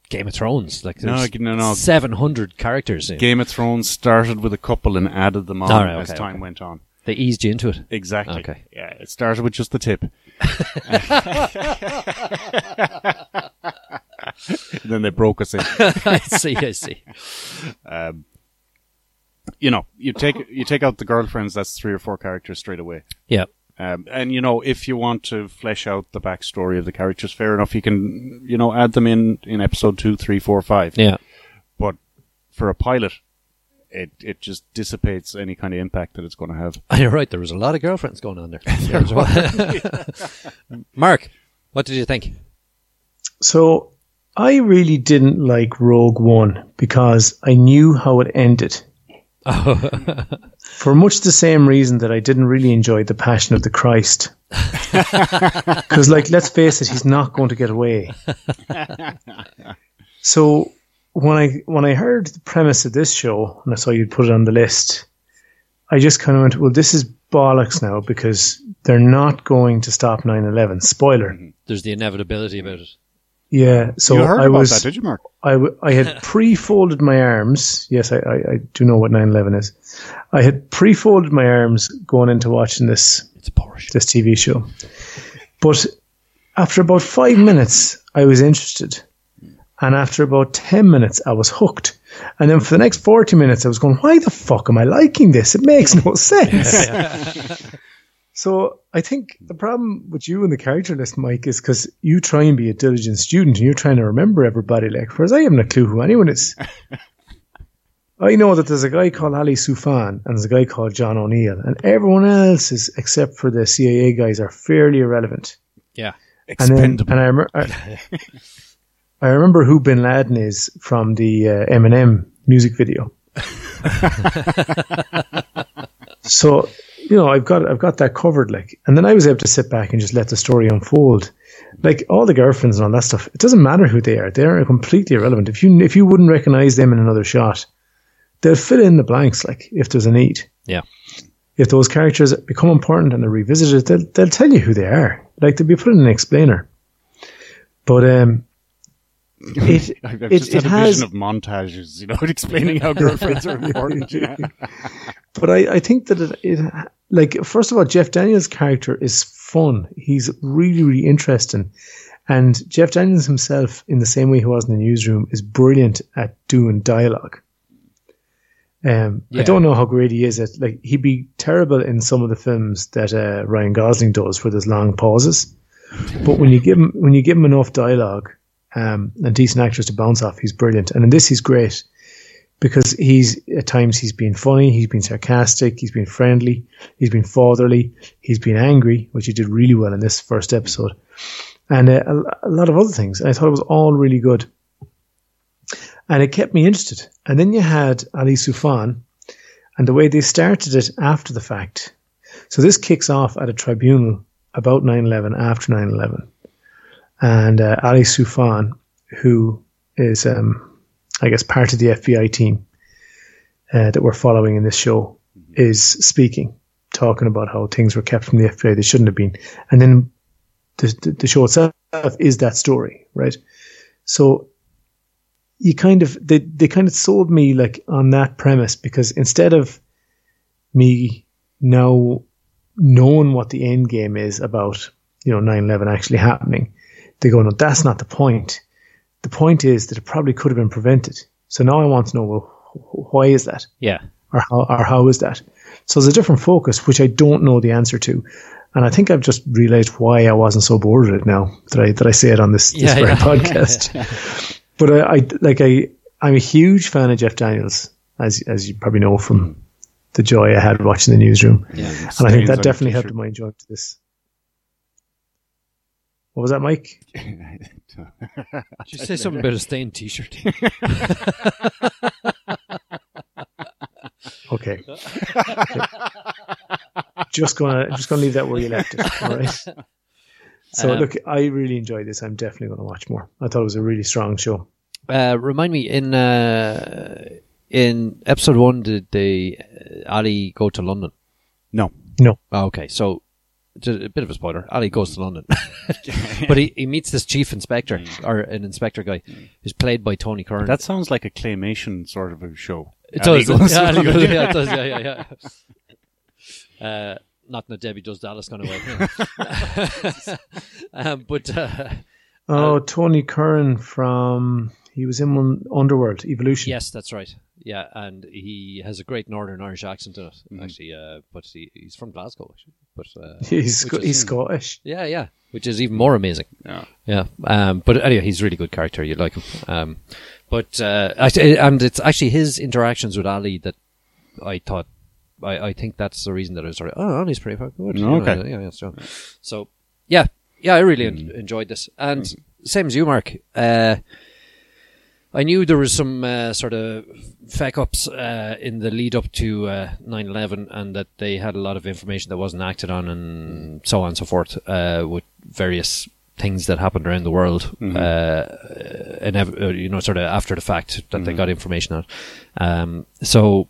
[SPEAKER 4] Game of Thrones. Like,
[SPEAKER 3] No, no, no.
[SPEAKER 4] seven hundred characters. in it.
[SPEAKER 3] Game of Thrones started with a couple and added them on
[SPEAKER 4] All right,
[SPEAKER 3] as
[SPEAKER 4] okay,
[SPEAKER 3] time
[SPEAKER 4] okay.
[SPEAKER 3] went on.
[SPEAKER 4] They eased you into it.
[SPEAKER 3] Exactly.
[SPEAKER 4] Okay.
[SPEAKER 3] Yeah, it started with just the tip. And then they broke us in.
[SPEAKER 4] I see. I see.
[SPEAKER 3] You know, you take you take out the girlfriends. That's three or four characters straight away.
[SPEAKER 4] Yeah.
[SPEAKER 3] Um, and you know, if you want to flesh out the backstory of the characters, fair enough. You can you know add them in in episode two, three, four, five.
[SPEAKER 4] Yeah.
[SPEAKER 3] But for a pilot, it it just dissipates any kind of impact that it's going to have.
[SPEAKER 4] You're right. There was a lot of girlfriends going on there. Mark, what did you think?
[SPEAKER 2] So I really didn't like Rogue One because I knew how it ended. For much the same reason that I didn't really enjoy The Passion of the Christ. Because, like, let's face it, he's not going to get away. so when I when I heard the premise of this show and I saw you'd put it on the list, I just kind of went, "Well, this is bollocks now because they're not going to stop 9/11." Spoiler.
[SPEAKER 4] There's the inevitability about it.
[SPEAKER 2] Yeah. So
[SPEAKER 3] you heard
[SPEAKER 2] I
[SPEAKER 3] about
[SPEAKER 2] was
[SPEAKER 3] that, did you, Mark?
[SPEAKER 2] I, w- I had pre-folded my arms. Yes, I, I, I do know what 9/11 is. I had pre-folded my arms going into watching this
[SPEAKER 4] It's Porsche.
[SPEAKER 2] this TV show, but after about five minutes, I was interested, and after about ten minutes, I was hooked, and then for the next forty minutes, I was going, "Why the fuck am I liking this? It makes no sense." So I think the problem with you and the character list, Mike, is because you try and be a diligent student and you're trying to remember everybody. Like, whereas I haven't a clue who anyone is. I know that there's a guy called Ali Soufan and there's a guy called John O'Neill, and everyone else is, except for the CIA guys, are fairly irrelevant.
[SPEAKER 4] Yeah.
[SPEAKER 2] And then, and I, remember, I, I remember who Bin Laden is from the uh, Eminem music video. so you know, I've got I've got that covered. Like, and then I was able to sit back and just let the story unfold. Like all the girlfriends and all that stuff, it doesn't matter who they are; they're completely irrelevant. If you if you wouldn't recognize them in another shot, they'll fill in the blanks. Like if there's a need
[SPEAKER 4] Yeah.
[SPEAKER 2] if those characters become important and they're revisited, they'll, they'll tell you who they are. Like they'll be put in an explainer. But um, it,
[SPEAKER 3] I've, I've
[SPEAKER 2] it,
[SPEAKER 3] just
[SPEAKER 2] it
[SPEAKER 3] had a
[SPEAKER 2] has,
[SPEAKER 3] vision of montages, you know, explaining how girlfriends are important. yeah.
[SPEAKER 2] but I, I think that it, it, like, first of all, Jeff Daniels' character is fun. He's really, really interesting. And Jeff Daniels himself, in the same way he was in the newsroom, is brilliant at doing dialogue. Um,
[SPEAKER 4] Yeah.
[SPEAKER 2] I don't know how great he is at like he'd be terrible in some of the films that uh, Ryan Gosling does where there's long pauses. But when you give him when you give him enough dialogue um, and decent actors to bounce off, he's brilliant. And in this, he's great because he's at times he's been funny, he's been sarcastic, he's been friendly, he's been fatherly, he's been angry, which he did really well in this first episode, and uh, a, a lot of other things. And I thought it was all really good, and it kept me interested. And then you had Ali Soufan, and the way they started it after the fact. So this kicks off at a tribunal about 9/11 after 9/11, and uh, Ali Soufan, who is um, I guess, part of the FBI team uh, that we're following in this show is speaking, talking about how things were kept from the FBI they shouldn't have been, and then the the, the show itself is that story, right? So you kind of they they kind of sold me like on that premise because instead of me now knowing what the end game is about, you know, 9-11 actually happening, they go, no, that's not the point the point is that it probably could have been prevented. So now I want to know, well, wh- why is that?
[SPEAKER 4] Yeah.
[SPEAKER 2] Or how, or how is that? So there's a different focus, which I don't know the answer to. And I think I've just realized why I wasn't so bored with it now that I, that I say it on this, this
[SPEAKER 4] Yeah,
[SPEAKER 2] very
[SPEAKER 4] yeah.
[SPEAKER 2] podcast. But I, I like I I'm a huge fan of Jeff Daniels, as as you probably know from the joy I had watching the newsroom,
[SPEAKER 4] Yeah.
[SPEAKER 2] and I think
[SPEAKER 3] Stains on
[SPEAKER 2] that
[SPEAKER 3] your
[SPEAKER 2] definitely helped
[SPEAKER 3] t-shirt.
[SPEAKER 2] my enjoyment to this. What was that, Mike?
[SPEAKER 4] Did you say something about a stained T-shirt?
[SPEAKER 2] Okay. Okay. just gonna I'm just gonna leave that where you left it. All right. So
[SPEAKER 4] Um,
[SPEAKER 2] look, I really enjoyed this. I'm definitely gonna watch more. I thought it was a really strong show.
[SPEAKER 4] uh, remind me in uh, in episode one did they uh, Ali go to London?
[SPEAKER 3] no.
[SPEAKER 4] Oh, okay, so just a bit of a spoiler. Ali goes to London, but he, he meets this chief inspector or an inspector guy who's played by Tony Curran.
[SPEAKER 3] That sounds like a claymation sort of a show.
[SPEAKER 4] it does,
[SPEAKER 3] Illegal.
[SPEAKER 4] yeah, Ali goes- yeah, it does, yeah, yeah, yeah. Uh, not in a Debbie does Dallas kind of way, yeah. um, but uh,
[SPEAKER 2] Oh, Tony Curran from he was in one Underworld Evolution.
[SPEAKER 4] yes, that's right. Yeah, and he has a great Northern Irish accent in it,
[SPEAKER 3] Mm-hmm.
[SPEAKER 4] actually. Uh, but he, he's from Glasgow, actually. But uh,
[SPEAKER 2] He's
[SPEAKER 4] Which
[SPEAKER 2] Sc-
[SPEAKER 4] is-
[SPEAKER 2] he's Scottish.
[SPEAKER 4] Yeah, yeah, which is even more amazing.
[SPEAKER 3] Yeah.
[SPEAKER 4] Yeah, um, but anyway, he's a really good character. You like him, um, but uh, actually, and it's actually his interactions with Ali that I thought. I, I think that's the reason that I was sort of oh, Ali's pretty fucking good. you know,
[SPEAKER 3] Okay. Mm-hmm.
[SPEAKER 4] yeah, yeah, so, so yeah, yeah, I really en- enjoyed this, and same as you, Mark. Uh, I knew there was some uh, sort of feck ups uh, in the lead up to uh, 9/11, and that they had a lot of information that wasn't acted on, and so on and so forth, uh, with various things that happened around the world, uh, and ev- uh, you know, sort of after the fact that
[SPEAKER 3] Mm-hmm.
[SPEAKER 4] they got information on. Um, so,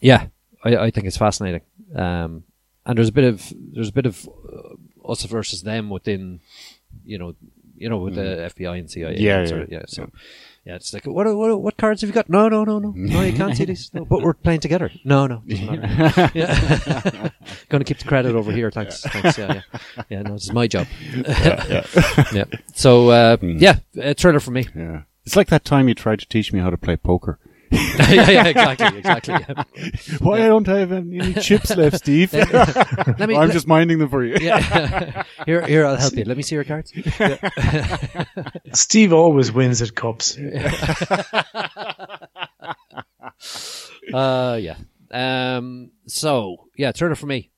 [SPEAKER 4] yeah, I, I think it's fascinating, um, and there's a bit of there's a bit of uh, us versus them within, you know, you know, with the FBI and CIA.
[SPEAKER 3] Mm-hmm. Yeah,
[SPEAKER 4] and sort
[SPEAKER 3] yeah,
[SPEAKER 4] of- yeah. So. Yeah, it's like what, what what cards have you got? No, no, no, no, no. You can't see these. No, but we're playing together. No, no, doesn't matter. Yeah. going to keep the credit over here. Thanks, thanks. Yeah, yeah, yeah. No, this is my job. Yeah. So uh, yeah, a thriller for me.
[SPEAKER 3] Hmm. Yeah. It's like that time you tried to teach me how to play poker.
[SPEAKER 4] yeah, yeah, exactly, exactly. yeah.
[SPEAKER 3] Why don't I have any chips left, Steve?
[SPEAKER 4] Let me.
[SPEAKER 3] I'm just minding them for you.
[SPEAKER 4] yeah. here, here, I'll help you. Let me see your cards.
[SPEAKER 2] Steve always wins at cups.
[SPEAKER 4] Uh, yeah. Um. So yeah, thriller for me.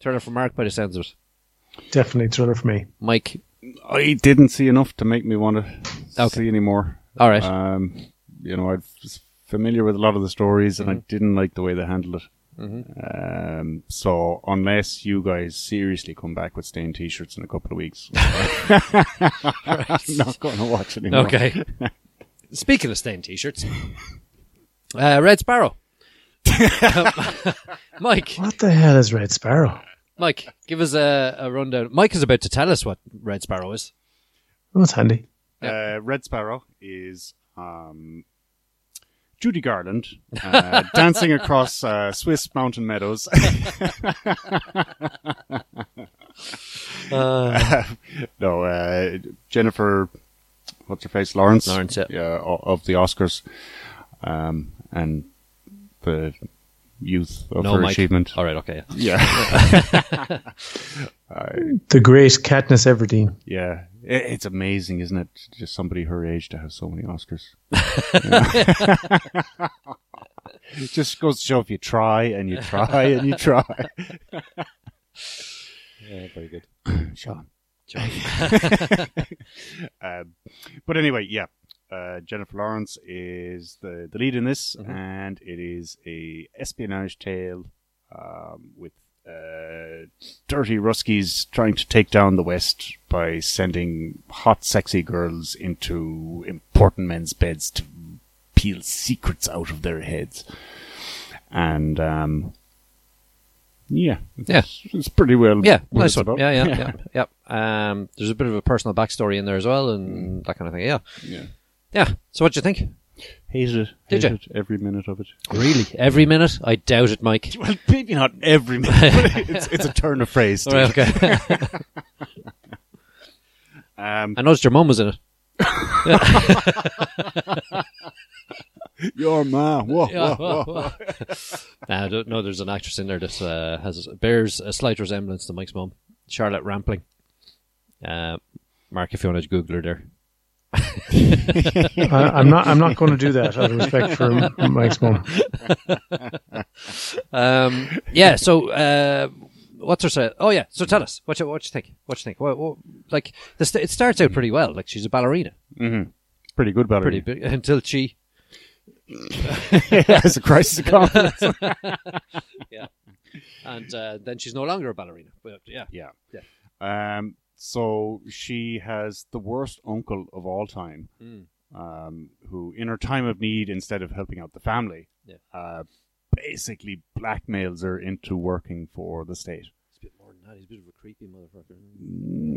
[SPEAKER 4] Thriller for Mark by the sounds of it.
[SPEAKER 2] Definitely thriller for me.
[SPEAKER 4] Mike.
[SPEAKER 3] I didn't see enough to make me want to
[SPEAKER 4] Okay.
[SPEAKER 3] see anymore.
[SPEAKER 4] All right.
[SPEAKER 3] Um, you know, I was familiar with a lot of the stories, and I
[SPEAKER 4] Mm-hmm.
[SPEAKER 3] didn't like the way they handled it. Um, so unless you guys seriously come back with stained t-shirts in a couple of weeks, I'm not going to watch anymore.
[SPEAKER 4] Okay. Speaking of stained t-shirts, uh, Red Sparrow. Mike,
[SPEAKER 2] What the hell is Red Sparrow?
[SPEAKER 4] Mike, give us a, a rundown. Mike is about to tell us what Red Sparrow is.
[SPEAKER 2] Oh, That's handy.
[SPEAKER 3] Uh, Red Sparrow is um, Judy Garland uh, dancing across uh, Swiss mountain meadows. no, uh, Jennifer, what's her face? Lawrence.
[SPEAKER 4] Lawrence, yeah.
[SPEAKER 3] o- of the Oscars. Um, and the youth of
[SPEAKER 4] no,
[SPEAKER 3] her
[SPEAKER 4] Mike.
[SPEAKER 3] achievement.
[SPEAKER 4] All right, okay. yeah.
[SPEAKER 3] Yeah.
[SPEAKER 2] The great Katniss Everdeen.
[SPEAKER 3] yeah. I- It's amazing, isn't it? Just somebody her age to have so many Oscars. it just goes to show if you try and you try and you try.
[SPEAKER 4] Yeah, very good.
[SPEAKER 3] Sean.
[SPEAKER 4] Sean.
[SPEAKER 3] um, but anyway, yeah. Uh, Jennifer Lawrence is the, the lead in this,
[SPEAKER 4] Mm-hmm.
[SPEAKER 3] and it is a espionage tale um, with uh, dirty Ruskies trying to take down the West by sending hot, sexy girls into important men's beds to peel secrets out of their heads. And um, yeah,
[SPEAKER 4] Yeah.
[SPEAKER 3] it's, it's pretty well.
[SPEAKER 4] Yeah,
[SPEAKER 3] what
[SPEAKER 4] nice
[SPEAKER 3] it's
[SPEAKER 4] one.
[SPEAKER 3] about.
[SPEAKER 4] Yeah, yeah, yeah, yeah. Um, there's a bit of a personal backstory in there as well, and that kind of thing. Yeah,
[SPEAKER 3] yeah.
[SPEAKER 4] yeah. So, what do you think?
[SPEAKER 3] Hated it.
[SPEAKER 4] Did
[SPEAKER 3] Hated it, every minute of it.
[SPEAKER 4] Really, every minute? I doubt it, Mike.
[SPEAKER 3] Well, maybe not every minute, but it's, it's a turn of phrase.
[SPEAKER 4] All right, okay.
[SPEAKER 3] Um,
[SPEAKER 4] I noticed your mum was in it.
[SPEAKER 3] your ma. Whoa,
[SPEAKER 4] Yeah,
[SPEAKER 3] whoa,
[SPEAKER 4] well,
[SPEAKER 3] whoa.
[SPEAKER 4] well. Nah, I don't know. There's an actress in there that uh, has bears a slight resemblance to Mike's mum, Charlotte Rampling. Uh, Mark, if you want to Google her there,
[SPEAKER 2] I, I'm not. I'm not going to do that out of respect for Mike's mum.
[SPEAKER 4] Um, yeah. So, uh, what's her say? Oh, yeah. So tell us what you what you think. What you think? What, what, like this, it starts out pretty well. Like she's a ballerina,
[SPEAKER 3] Mm-hmm. Pretty good battery.
[SPEAKER 4] pretty big, until she.
[SPEAKER 3] That's a crisis of confidence.
[SPEAKER 4] Yeah. And uh, then she's no longer a ballerina. But yeah.
[SPEAKER 3] yeah. Um, so she has the worst uncle of all time,
[SPEAKER 4] Mm.
[SPEAKER 3] um, who, in her time of need, instead of helping out the family,
[SPEAKER 4] Yeah.
[SPEAKER 3] uh, basically blackmails her into working for the state.
[SPEAKER 4] He's a bit more than that. He's a bit of a creepy motherfucker.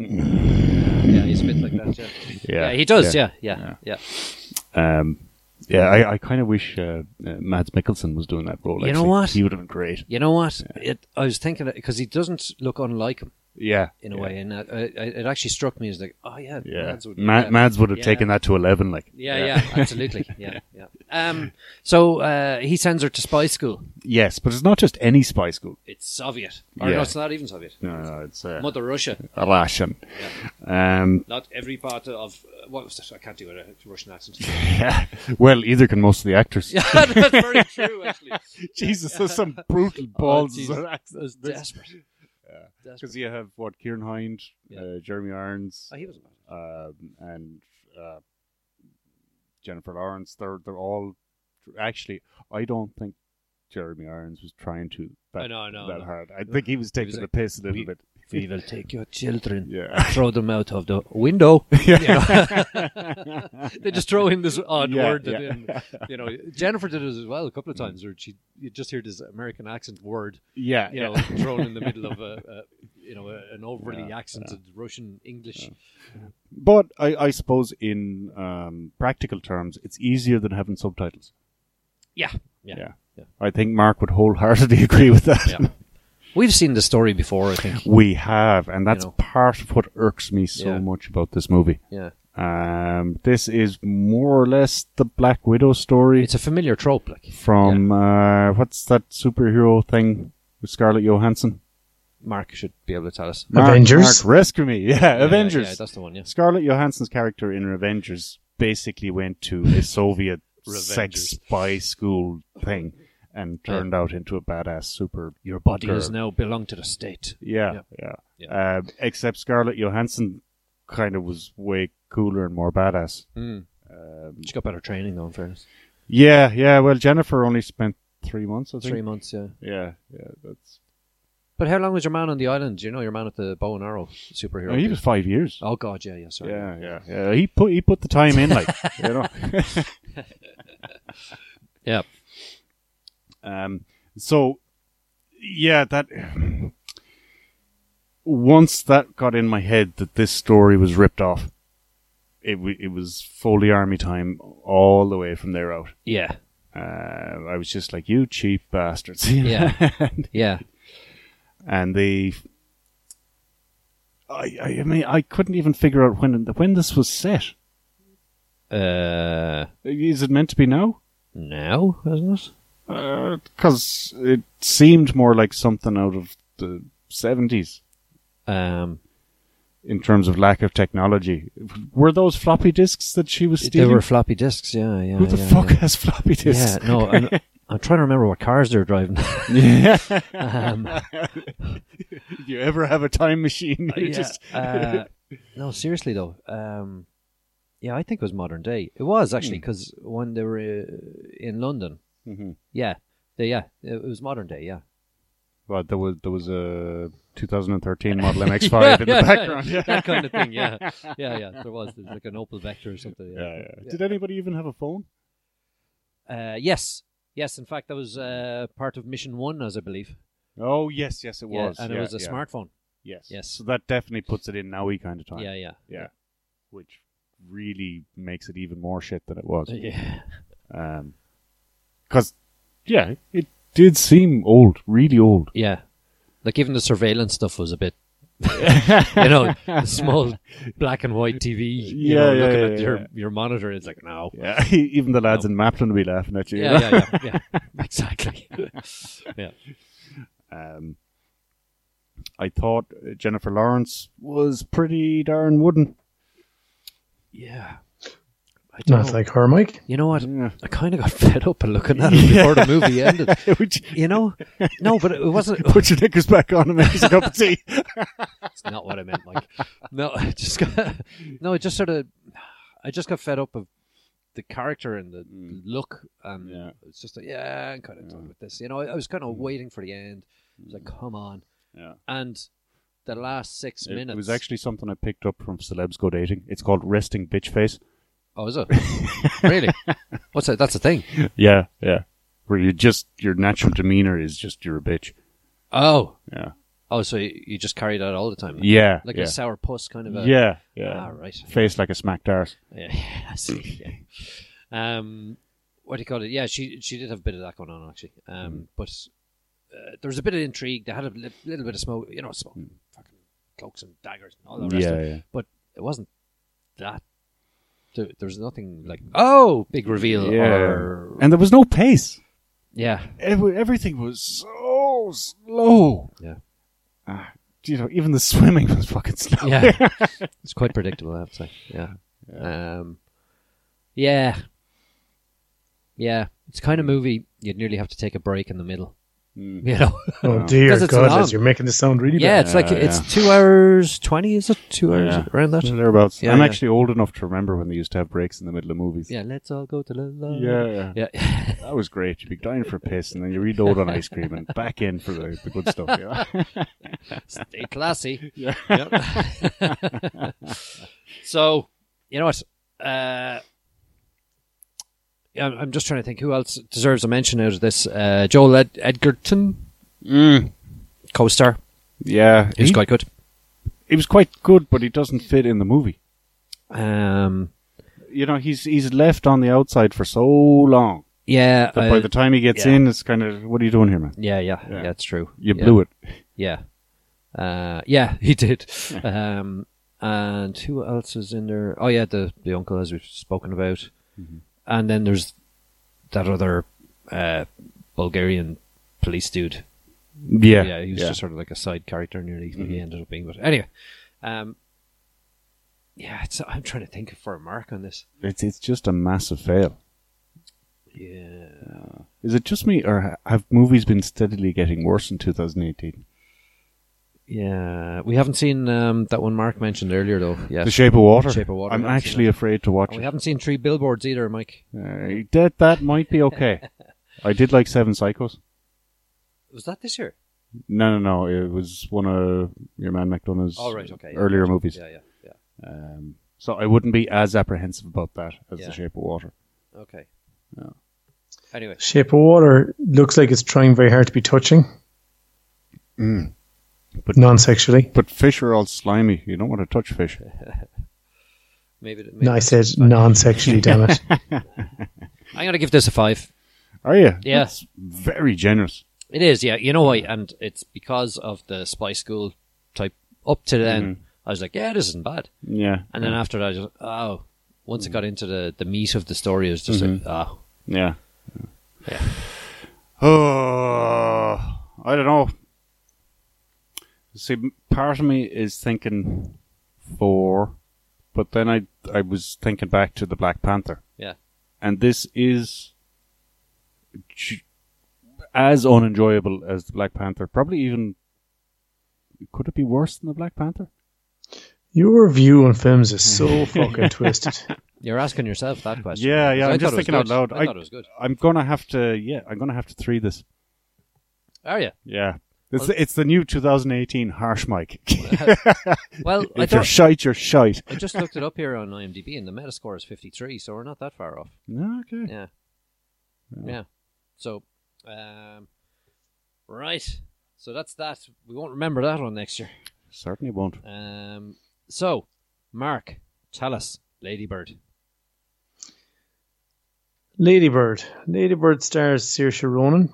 [SPEAKER 4] Mm. Yeah, he's a bit like that. Yeah. Yeah, he does. Yeah. Yeah. Yeah.
[SPEAKER 3] Um, yeah, I, I kind of wish uh, uh, Mads Mikkelsen was doing that role.
[SPEAKER 4] You know
[SPEAKER 3] actually.
[SPEAKER 4] what?
[SPEAKER 3] He would have been great.
[SPEAKER 4] You know what? It, I was thinking because he doesn't look unlike him
[SPEAKER 3] Yeah.
[SPEAKER 4] in a
[SPEAKER 3] yeah.
[SPEAKER 4] way, and uh, I- I- it actually struck me as like, oh yeah,
[SPEAKER 3] Yeah.
[SPEAKER 4] Mads would,
[SPEAKER 3] Ma-
[SPEAKER 4] yeah.
[SPEAKER 3] Mads would have
[SPEAKER 4] Yeah.
[SPEAKER 3] taken that to 11. Like,
[SPEAKER 4] Yeah, yeah, absolutely. Yeah, yeah. Um, so uh, he sends her to spy school.
[SPEAKER 3] Yes, but it's not just any spy school.
[SPEAKER 4] It's Soviet, or
[SPEAKER 3] Yeah.
[SPEAKER 4] no, it's not even Soviet.
[SPEAKER 3] No, no, it's uh,
[SPEAKER 4] Mother Russia.
[SPEAKER 3] a Russian. Um,
[SPEAKER 4] Not every part of uh, what was that? I can't do it. A Russian accent.
[SPEAKER 3] well, either can most of the actors.
[SPEAKER 4] yeah, that's very true. Actually,
[SPEAKER 3] Jesus, there's some brutal balls.
[SPEAKER 4] Jesus. That's desperate.
[SPEAKER 3] Because you have what Kieran Hind, uh, Jeremy Irons,
[SPEAKER 4] Oh, he was a man.
[SPEAKER 3] um, and uh, Jennifer Lawrence. They're they're all actually. I don't think Jeremy Irons was trying to that,
[SPEAKER 4] I know, I know, I
[SPEAKER 3] that
[SPEAKER 4] know.
[SPEAKER 3] hard. I think he was taking
[SPEAKER 4] was
[SPEAKER 3] the
[SPEAKER 4] like,
[SPEAKER 3] piss a little
[SPEAKER 4] we-
[SPEAKER 3] bit.
[SPEAKER 4] We will take your children.
[SPEAKER 3] Yeah.
[SPEAKER 4] Throw them out of the window.
[SPEAKER 3] Yeah.
[SPEAKER 4] They just throw in this odd
[SPEAKER 3] Yeah,
[SPEAKER 4] word. That
[SPEAKER 3] yeah. Mm.
[SPEAKER 4] in, you know, Jennifer did it as well a couple of times. Where she, you just hear this American accent word,
[SPEAKER 3] yeah,
[SPEAKER 4] you know, thrown in the middle of a, a you know, a, an overly accented Russian English.
[SPEAKER 3] But I, I suppose in um, practical terms, it's easier than having subtitles.
[SPEAKER 4] Yeah. Yeah.
[SPEAKER 3] Yeah.
[SPEAKER 4] Yeah.
[SPEAKER 3] I think Mark would wholeheartedly agree with that.
[SPEAKER 4] Yeah. We've seen the story before, I think.
[SPEAKER 3] We have, and that's
[SPEAKER 4] know.
[SPEAKER 3] part of what irks me so
[SPEAKER 4] Yeah.
[SPEAKER 3] much about this movie.
[SPEAKER 4] Yeah.
[SPEAKER 3] Um, this is more or less the Black Widow story
[SPEAKER 4] It's a familiar trope, like
[SPEAKER 3] from uh, what's that superhero thing with Scarlett Johansson?
[SPEAKER 4] Mark should be able to tell us.
[SPEAKER 3] Mark-
[SPEAKER 2] Avengers?
[SPEAKER 3] Mark, rescue me! Yeah,
[SPEAKER 4] Yeah,
[SPEAKER 3] Avengers.
[SPEAKER 4] Yeah, that's the one, yeah.
[SPEAKER 3] Scarlett Johansson's character in Avengers basically went to a Soviet sex
[SPEAKER 4] Revengers.
[SPEAKER 3] spy school thing and turned out into a badass super.
[SPEAKER 4] Your body
[SPEAKER 3] girl.
[SPEAKER 4] is now belong to the state.
[SPEAKER 3] Yeah, yeah. Uh, except Scarlett Johansson kind of was way cooler and more badass.
[SPEAKER 4] Mm.
[SPEAKER 3] Um,
[SPEAKER 4] She got better training though, in fairness.
[SPEAKER 3] yeah, yeah. Well, Jennifer only spent three months, I think.
[SPEAKER 4] Three months, yeah.
[SPEAKER 3] Yeah, yeah. That's.
[SPEAKER 4] But how long was your man on the island? You know, your man at the bow and arrow superhero.
[SPEAKER 3] No, Oh, he was five years.
[SPEAKER 4] Oh God, yeah, yeah, sorry.
[SPEAKER 3] Yeah, yeah, yeah. He put he put the time in, like you know.
[SPEAKER 4] Yeah.
[SPEAKER 3] Um, so, yeah, that once that got in my head that this story was ripped off, it w- it was Foley Army time all the way from there out.
[SPEAKER 4] yeah,
[SPEAKER 3] Uh, I was just like, you cheap bastards. you know?
[SPEAKER 4] Yeah. yeah,
[SPEAKER 3] and they. I, I I mean I couldn't even figure out when when this was set.
[SPEAKER 4] Uh,
[SPEAKER 3] Is it meant to be now?
[SPEAKER 4] now isn't it?
[SPEAKER 3] because Uh, it seemed more like something out of the 70s
[SPEAKER 4] Um,
[SPEAKER 3] in terms of lack of technology. Were those floppy disks that she was
[SPEAKER 4] there
[SPEAKER 3] stealing?
[SPEAKER 4] were floppy disks. Yeah, yeah.
[SPEAKER 3] Who the
[SPEAKER 4] yeah,
[SPEAKER 3] fuck
[SPEAKER 4] Yeah.
[SPEAKER 3] has floppy
[SPEAKER 4] Yeah,
[SPEAKER 3] disks?
[SPEAKER 4] no, I'm, I'm trying to remember what cars they're driving.
[SPEAKER 3] Yeah.
[SPEAKER 4] um,
[SPEAKER 3] If you ever have a time machine, you
[SPEAKER 4] yeah,
[SPEAKER 3] just.
[SPEAKER 4] uh, no, seriously though. Um, yeah, I think it was modern day. It was actually
[SPEAKER 3] Hmm.
[SPEAKER 4] because when they were uh, in London,
[SPEAKER 3] Mhm.
[SPEAKER 4] yeah, they, yeah, it was modern day. Yeah,
[SPEAKER 3] Well, there was there was a 2013 Model MX-5 in the background. Yeah.
[SPEAKER 4] that kind of thing. Yeah, yeah, yeah. There was there's like an Opel Vectra or something.
[SPEAKER 3] Yeah, yeah. Did anybody even have a phone?
[SPEAKER 4] Uh, yes, yes. In fact, that was uh, part of Mission One, as I believe.
[SPEAKER 3] Oh yes, yes, it
[SPEAKER 4] Yeah,
[SPEAKER 3] was.
[SPEAKER 4] and it
[SPEAKER 3] Yeah,
[SPEAKER 4] was a
[SPEAKER 3] yeah.
[SPEAKER 4] smartphone.
[SPEAKER 3] Yes,
[SPEAKER 4] Yes.
[SPEAKER 3] So that definitely puts it in Nowy kind of time.
[SPEAKER 4] Yeah, yeah,
[SPEAKER 3] Yeah. Which really makes it even more shit than it was.
[SPEAKER 4] yeah.
[SPEAKER 3] Um 'cause cause yeah, it did seem old, really old.
[SPEAKER 4] Yeah. Like even the surveillance stuff was a bit, you know, the small black and white TV. You
[SPEAKER 3] Yeah,
[SPEAKER 4] know,
[SPEAKER 3] yeah,
[SPEAKER 4] looking
[SPEAKER 3] yeah,
[SPEAKER 4] at
[SPEAKER 3] yeah.
[SPEAKER 4] your your monitor, it's like no.
[SPEAKER 3] Yeah, even the lads in Maplin will be laughing at you. you
[SPEAKER 4] Yeah,
[SPEAKER 3] know?
[SPEAKER 4] yeah, yeah, yeah. exactly. yeah,
[SPEAKER 3] Um, I thought Jennifer Lawrence was pretty darn wooden.
[SPEAKER 4] yeah. I don't
[SPEAKER 2] Not
[SPEAKER 4] know.
[SPEAKER 2] like her, Mike.
[SPEAKER 4] you know what?
[SPEAKER 3] Yeah.
[SPEAKER 4] I kind of got fed up of looking at it before the movie ended.
[SPEAKER 3] Would you-
[SPEAKER 4] You know? No, but it wasn't.
[SPEAKER 3] Put your knickers back on and make us a cup of tea.
[SPEAKER 4] That's not what I meant, Mike. No, I just got, no, I just sort of, I just got fed up of the character and the
[SPEAKER 3] Mm.
[SPEAKER 4] look, and
[SPEAKER 3] Yeah.
[SPEAKER 4] it's just like, yeah, I'm kind of done
[SPEAKER 3] Yeah. Mm.
[SPEAKER 4] with this. You know, I, I was kind of waiting for the end. I was like, come on,
[SPEAKER 3] Yeah.
[SPEAKER 4] and the last six
[SPEAKER 3] It-
[SPEAKER 4] minutes
[SPEAKER 3] It was actually something I picked up from Celebs Go Dating. It's called Resting Bitch Face.
[SPEAKER 4] Oh, is it really? What's that? That's a thing.
[SPEAKER 3] Yeah, yeah. Where you just, your natural demeanor is just you're a bitch.
[SPEAKER 4] Oh,
[SPEAKER 3] Yeah.
[SPEAKER 4] oh, so you, you just carry that all the time,
[SPEAKER 3] Yeah.
[SPEAKER 4] like
[SPEAKER 3] yeah.
[SPEAKER 4] a sour puss kind of a
[SPEAKER 3] yeah, yeah.
[SPEAKER 4] Ah, right.
[SPEAKER 3] Face like a smacked arse.
[SPEAKER 4] Yeah, I see. Yeah. Um, what do you call it? Yeah, she she did have a bit of that going on actually. Um,
[SPEAKER 3] Mm.
[SPEAKER 4] but uh, there was a bit of intrigue. They had a li- little bit of smoke, you know, smoke, fucking cloaks and daggers and all the rest. Of
[SPEAKER 3] Mm. Yeah,
[SPEAKER 4] it.
[SPEAKER 3] yeah.
[SPEAKER 4] But it wasn't that. There, there was nothing like oh, big reveal.
[SPEAKER 3] Yeah.
[SPEAKER 4] Or,
[SPEAKER 3] And there was no pace.
[SPEAKER 4] yeah.
[SPEAKER 3] Every, everything was so slow.
[SPEAKER 4] Yeah.
[SPEAKER 3] Ah, you know, even the swimming was fucking slow.
[SPEAKER 4] Yeah. it's quite predictable, I have to say. Yeah. Um, yeah. Yeah. It's kind of movie you'd nearly have to take a break in the middle.
[SPEAKER 3] Mm.
[SPEAKER 4] You know?
[SPEAKER 2] Oh
[SPEAKER 3] Yeah.
[SPEAKER 2] dear
[SPEAKER 4] Because Um, it's
[SPEAKER 2] God,
[SPEAKER 4] long.
[SPEAKER 2] Liz, you're making this sound really
[SPEAKER 4] yeah,
[SPEAKER 2] bad.
[SPEAKER 4] it's like
[SPEAKER 3] Yeah,
[SPEAKER 4] it's
[SPEAKER 3] yeah.
[SPEAKER 4] two hours twenty, is it? Two hours
[SPEAKER 3] Yeah. Mm.
[SPEAKER 4] around that?
[SPEAKER 3] Thereabouts.
[SPEAKER 4] Yeah,
[SPEAKER 3] I'm
[SPEAKER 4] yeah.
[SPEAKER 3] actually old enough to remember when they used to have breaks in the middle of movies.
[SPEAKER 4] Yeah, let's all go to the love.
[SPEAKER 3] Yeah, yeah.
[SPEAKER 4] Yeah.
[SPEAKER 3] That was great. You'd be dying for piss, and then you reload on ice cream and back in for the, the good stuff. Yeah.
[SPEAKER 4] Stay classy.
[SPEAKER 3] Yeah.
[SPEAKER 4] Yep. so you know what? Uh yeah, I'm I'm just trying to think who else deserves a mention out of this. Uh, Joel Ed- Edgerton,
[SPEAKER 3] Mm,
[SPEAKER 4] co-star,
[SPEAKER 3] yeah.
[SPEAKER 4] who's
[SPEAKER 3] He,
[SPEAKER 4] quite good.
[SPEAKER 3] he was quite good, but he doesn't fit in the movie.
[SPEAKER 4] Um,
[SPEAKER 3] You know, he's he's left on the outside for so long
[SPEAKER 4] yeah,
[SPEAKER 3] that
[SPEAKER 4] I-
[SPEAKER 3] by the time he gets
[SPEAKER 4] yeah.
[SPEAKER 3] in, it's kind of, what are you doing here, man?
[SPEAKER 4] yeah, yeah, yeah,
[SPEAKER 3] Yeah.
[SPEAKER 4] That's true.
[SPEAKER 3] You
[SPEAKER 4] yeah.
[SPEAKER 3] blew it.
[SPEAKER 4] Yeah. Uh, yeah, he did. Um, and who else is in there? Oh, yeah, the, the uncle, as we've spoken about.
[SPEAKER 3] Mm-hmm.
[SPEAKER 4] And then there's that other uh, Bulgarian police dude.
[SPEAKER 3] Yeah. Mm-hmm.
[SPEAKER 4] Yeah, he was just sort of like a side character nearly, but he ended up being. But anyway, um, yeah, it's, I'm trying to think for a mark on this.
[SPEAKER 3] It's, it's just a massive fail.
[SPEAKER 4] Yeah.
[SPEAKER 3] Is it just me, or ha- have movies been steadily getting worse in 2018?
[SPEAKER 4] Yeah. We haven't seen um, that one Mark mentioned earlier, though. Yeah.
[SPEAKER 3] The Shape of Water.
[SPEAKER 4] Shape of Water,
[SPEAKER 3] I'm
[SPEAKER 4] I haven't seen Oh,
[SPEAKER 3] actually afraid to watch
[SPEAKER 4] And
[SPEAKER 3] it.
[SPEAKER 4] we haven't seen three billboards either, Mike.
[SPEAKER 3] Uh, that that might be okay. I did like Seven Psychos.
[SPEAKER 4] Was that this year?
[SPEAKER 3] No, no, no. It was one of your man McDonough's
[SPEAKER 4] Oh, right, okay, yeah.
[SPEAKER 3] earlier movies.
[SPEAKER 4] Yeah, yeah, yeah.
[SPEAKER 3] Um, so I wouldn't be as apprehensive about that as
[SPEAKER 4] Yeah.
[SPEAKER 3] The Shape of Water.
[SPEAKER 4] Okay.
[SPEAKER 3] No.
[SPEAKER 4] Anyway,
[SPEAKER 2] Shape of Water looks like it's trying very hard to be touching,
[SPEAKER 3] But
[SPEAKER 2] non-sexually.
[SPEAKER 3] but fish are all slimy. You don't want to touch fish.
[SPEAKER 4] maybe. maybe
[SPEAKER 2] No, I said non-sexually. damn it.
[SPEAKER 4] I'm going to give this a five.
[SPEAKER 3] Are you?
[SPEAKER 4] Yeah.
[SPEAKER 3] That's very generous.
[SPEAKER 4] It is, yeah. You know why? And it's because of the Spy School type. Up to then, I was like, yeah, this isn't bad.
[SPEAKER 3] Mm-hmm. Yeah. Mm.
[SPEAKER 4] And then after that, I just, oh, once it got into the, the meat of the story, it was just
[SPEAKER 3] Mm-hmm.
[SPEAKER 4] like, oh.
[SPEAKER 3] Yeah. Oh, I don't know. See, m- part of me is thinking four, but then I I was thinking back to the Black Panther.
[SPEAKER 4] Yeah.
[SPEAKER 3] and this is j- as unenjoyable as the Black Panther. Probably even could it be worse than the Black Panther?
[SPEAKER 2] Your view on films is so fucking twisted.
[SPEAKER 4] You're asking yourself that question.
[SPEAKER 3] Yeah, yeah, I'm
[SPEAKER 4] Because I thought
[SPEAKER 3] just
[SPEAKER 4] it was
[SPEAKER 3] thinking out
[SPEAKER 4] good.
[SPEAKER 3] loud.
[SPEAKER 4] I,
[SPEAKER 3] I-
[SPEAKER 4] thought it was good.
[SPEAKER 3] I'm gonna have to. Yeah, I'm gonna have to three this.
[SPEAKER 4] Are you?
[SPEAKER 3] Yeah. It's, it's the new 2018 harsh mic.
[SPEAKER 4] Well, I
[SPEAKER 3] if you're
[SPEAKER 4] thought.
[SPEAKER 3] shite, you're shite.
[SPEAKER 4] I just looked it up here on IMDb, and the Metascore is 53, so we're not that far off.
[SPEAKER 3] Okay.
[SPEAKER 4] Yeah. Yeah. So, um, right. So that's that. We won't remember that one next year.
[SPEAKER 3] Certainly won't.
[SPEAKER 4] Um, so, Mark, tell us, Ladybird.
[SPEAKER 2] Ladybird. Ladybird stars Saoirse Ronan.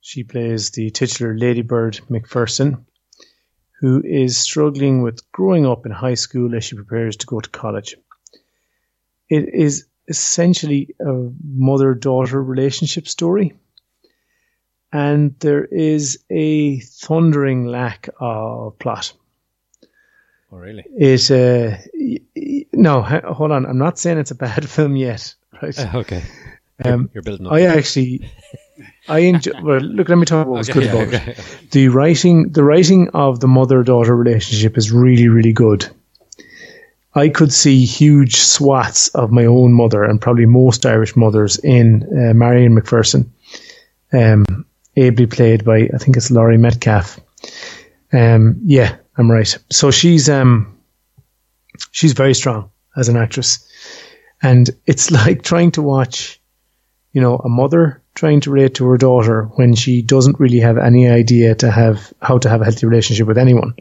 [SPEAKER 2] She plays the titular Ladybird McPherson, who is struggling with growing up in high school as she prepares to go to college. It is essentially a mother daughter relationship story, and there is a thundering lack of plot
[SPEAKER 4] Oh, really?
[SPEAKER 2] it uh, y- y- No, h- hold on. I'm not saying it's a bad film yet, right?
[SPEAKER 4] Uh, okay.
[SPEAKER 2] Um,
[SPEAKER 4] You're building up.
[SPEAKER 2] I actually, I enjoy. Well, look, let me talk about what's
[SPEAKER 4] Okay,
[SPEAKER 2] good
[SPEAKER 4] yeah,
[SPEAKER 2] about it.
[SPEAKER 4] okay.
[SPEAKER 2] the writing the writing of the mother daughter relationship is really really good. I could see huge swaths of my own mother and probably most Irish mothers in uh, Marion McPherson, um, ably played by I think it's Laurie Metcalf. Um, yeah, I'm right. So she's um, she's very strong as an actress, and it's like trying to watch you know, a mother trying to relate to her daughter when she doesn't really have any idea to have how to have a healthy relationship with anyone.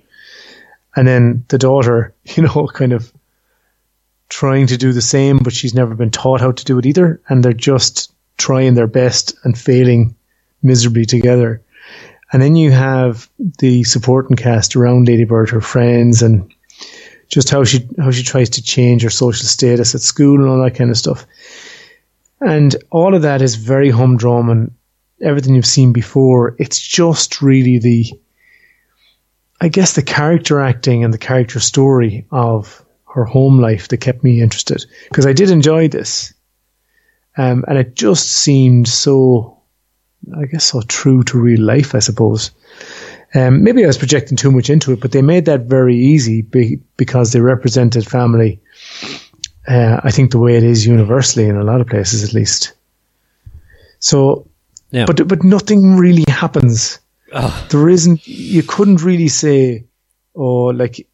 [SPEAKER 2] And then the daughter, you know, kind of trying to do the same, but she's never been taught how to do it either. And they're just trying their best and failing miserably together. And then you have the supporting cast around Ladybird, her friends, and just how she how she tries to change her social status at school and all that kind of stuff. And all of that is very humdrum and everything you've seen before. It's just really the, I guess, the character acting and the character story of her home life that kept me interested. Because I did enjoy this. Um, and it just seemed so, I guess, so true to real life, I suppose. Um, maybe I was projecting too much into it, but they made that very easy be- because they represented family uh, I think the way it is universally in a lot of places, at least. So,
[SPEAKER 4] Yeah.
[SPEAKER 2] but but nothing really happens.
[SPEAKER 4] Ugh.
[SPEAKER 2] There isn't. You couldn't really say, or like,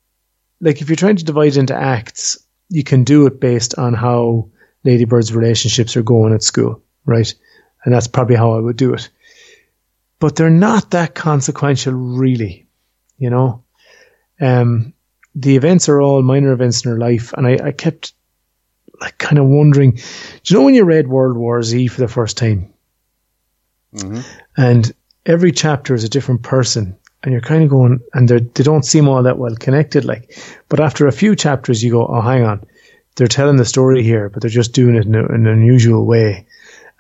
[SPEAKER 2] like if you're trying to divide into acts, you can do it based on how Ladybird's relationships are going at school, right? And that's probably how I would do it. But they're not that consequential, really. You know, um, the events are all minor events in her life, and I, I kept like kind of wondering. Do you know when you read World War Z for the first time,
[SPEAKER 3] Mm-hmm.
[SPEAKER 2] and every chapter is a different person, and you're kind of going, and they they don't seem all that well connected, like. But after a few chapters, you go, oh, hang on, they're telling the story here, but they're just doing it in, a, in an unusual way,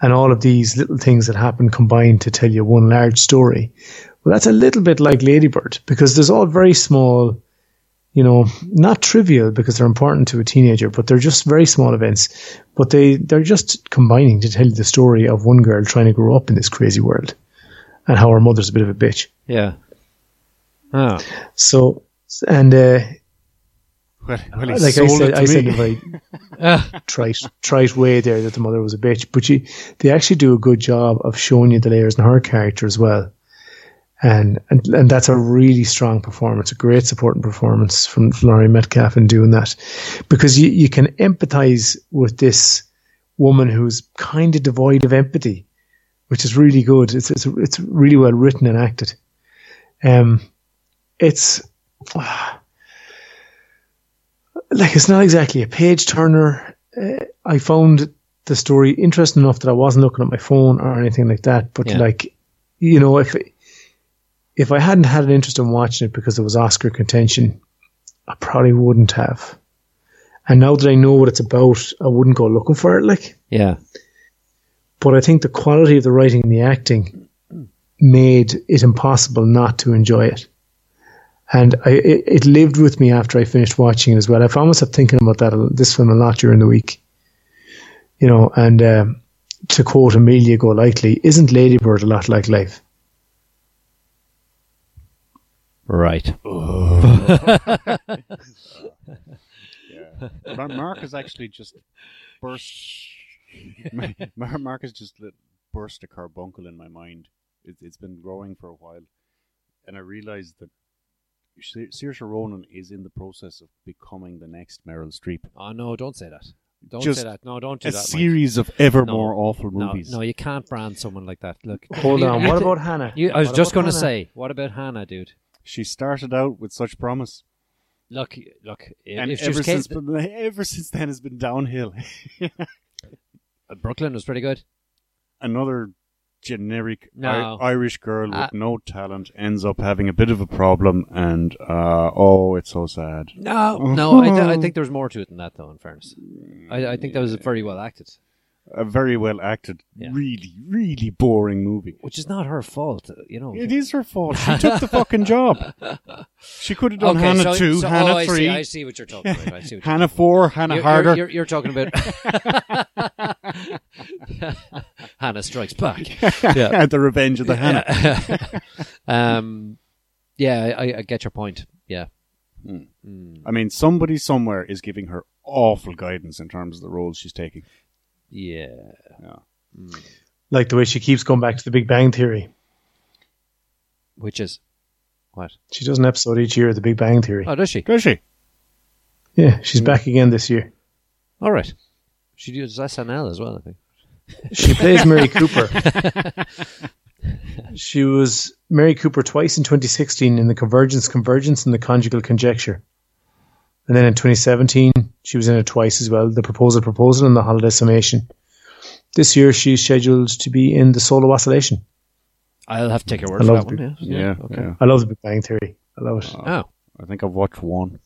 [SPEAKER 2] and all of these little things that happen combine to tell you one large story. Well, that's a little bit like Ladybird because there's all very small you know, not trivial because they're important to a teenager, but they're just very small events. But they, they're just combining to tell you the story of one girl trying to grow up in this crazy world and how her mother's a bit of a bitch.
[SPEAKER 4] Yeah. Oh.
[SPEAKER 2] So, and uh,
[SPEAKER 3] Well, well he
[SPEAKER 2] like I
[SPEAKER 3] sold
[SPEAKER 2] said,
[SPEAKER 3] it to
[SPEAKER 2] I
[SPEAKER 3] me. Ah.
[SPEAKER 2] said in a very trite, trite way there that the mother was a bitch, but you, they actually do a good job of showing you the layers in her character as well. And, and and that's a really strong performance, a great supporting performance from Laurie Metcalf in doing that, because you, you can empathize with this woman who's kind of devoid of empathy, which is really good. It's it's it's really well written and acted. Um, it's like it's not exactly a page turner. Uh, I found the story interesting enough that I wasn't looking at my phone or anything like that. But
[SPEAKER 4] Yeah.
[SPEAKER 2] like, you know, if if I hadn't had an interest in watching it because it was Oscar contention, I probably wouldn't have. And now that I know what it's about, I wouldn't go looking for it. Like,
[SPEAKER 4] Yeah.
[SPEAKER 2] but I think the quality of the writing and the acting made it impossible not to enjoy it. And I, it, it lived with me after I finished watching it as well. I found myself thinking about that a- this film a lot during the week. You know, and um, to quote Amelia Golightly, isn't Ladybird a lot like life?
[SPEAKER 4] Right.
[SPEAKER 3] Mar- Mark is actually just burst. Mar- Mar- Mark has just lit, burst a carbuncle in my mind. It, it's been growing for a while, and I realized that Se- Saoirse Ronan is in the process of becoming the next Meryl Streep.
[SPEAKER 4] Oh no! Don't say that. Don't
[SPEAKER 3] Just
[SPEAKER 4] say that. No, don't do
[SPEAKER 3] A
[SPEAKER 4] that. Mike.
[SPEAKER 3] series of ever more awful
[SPEAKER 4] No,
[SPEAKER 3] movies.
[SPEAKER 4] no, you can't brand someone like that. Look,
[SPEAKER 2] Hold
[SPEAKER 4] you-
[SPEAKER 2] on,
[SPEAKER 4] you-
[SPEAKER 2] what about Hannah?
[SPEAKER 4] You, I was
[SPEAKER 2] What
[SPEAKER 4] just
[SPEAKER 2] about
[SPEAKER 4] going to
[SPEAKER 2] Hannah?
[SPEAKER 4] say, what about Hannah, dude?
[SPEAKER 3] She started out with such promise,
[SPEAKER 4] Look, look. i-
[SPEAKER 3] and
[SPEAKER 4] if she
[SPEAKER 3] ever
[SPEAKER 4] was Kate,
[SPEAKER 3] since, been- ever since then has been downhill.
[SPEAKER 4] Brooklyn was pretty good.
[SPEAKER 3] another generic
[SPEAKER 4] No.
[SPEAKER 3] I- Irish girl with
[SPEAKER 4] Uh,
[SPEAKER 3] no talent ends up having a bit of a problem, and uh, oh, it's so sad.
[SPEAKER 4] No, no. I, th- I think there's more to it than that, though. In fairness, I, I think that was very well acted.
[SPEAKER 3] a very well acted,
[SPEAKER 4] Yeah.
[SPEAKER 3] really, really boring movie.
[SPEAKER 4] which is not her fault, you know.
[SPEAKER 3] It is her fault. She took the fucking job. She could have done Hannah
[SPEAKER 4] so,
[SPEAKER 3] two,
[SPEAKER 4] so-
[SPEAKER 3] Hannah
[SPEAKER 4] oh, I see-
[SPEAKER 3] three,
[SPEAKER 4] I see what you're talking about. I see what you're
[SPEAKER 3] Hannah four, Hannah
[SPEAKER 4] You're,
[SPEAKER 3] harder.
[SPEAKER 4] you're, you're, you're talking about Hannah strikes back.
[SPEAKER 3] yeah, the Revenge of the Hannah.
[SPEAKER 4] um, yeah, I, I get your point. Yeah,
[SPEAKER 3] Hmm.
[SPEAKER 4] Hmm.
[SPEAKER 3] I mean, somebody somewhere is giving her awful guidance in terms of the roles she's taking.
[SPEAKER 4] yeah.
[SPEAKER 2] Like the way she keeps going back to the Big Bang Theory.
[SPEAKER 4] Which is what?
[SPEAKER 2] She does an episode each year of the Big Bang Theory.
[SPEAKER 4] Oh, does she?
[SPEAKER 3] Does she?
[SPEAKER 2] Yeah, she's back again this year.
[SPEAKER 4] All right. She does SNL as well. I think.
[SPEAKER 2] She plays Mary Cooper. she was Mary Cooper twice in 2016 in The Convergence Convergence and The Conjugal Conjecture. And then in 2017, she was in it twice as well The Proposal Proposal and The Holiday Summation. This year, she's scheduled to be in The Solo Oscillation.
[SPEAKER 4] I'll have to take your word
[SPEAKER 2] I
[SPEAKER 4] for that
[SPEAKER 2] love
[SPEAKER 4] one. Yeah.
[SPEAKER 3] Yeah, yeah.
[SPEAKER 2] I love The Big Bang Theory. I love it.
[SPEAKER 4] Oh,
[SPEAKER 3] I think I've watched one.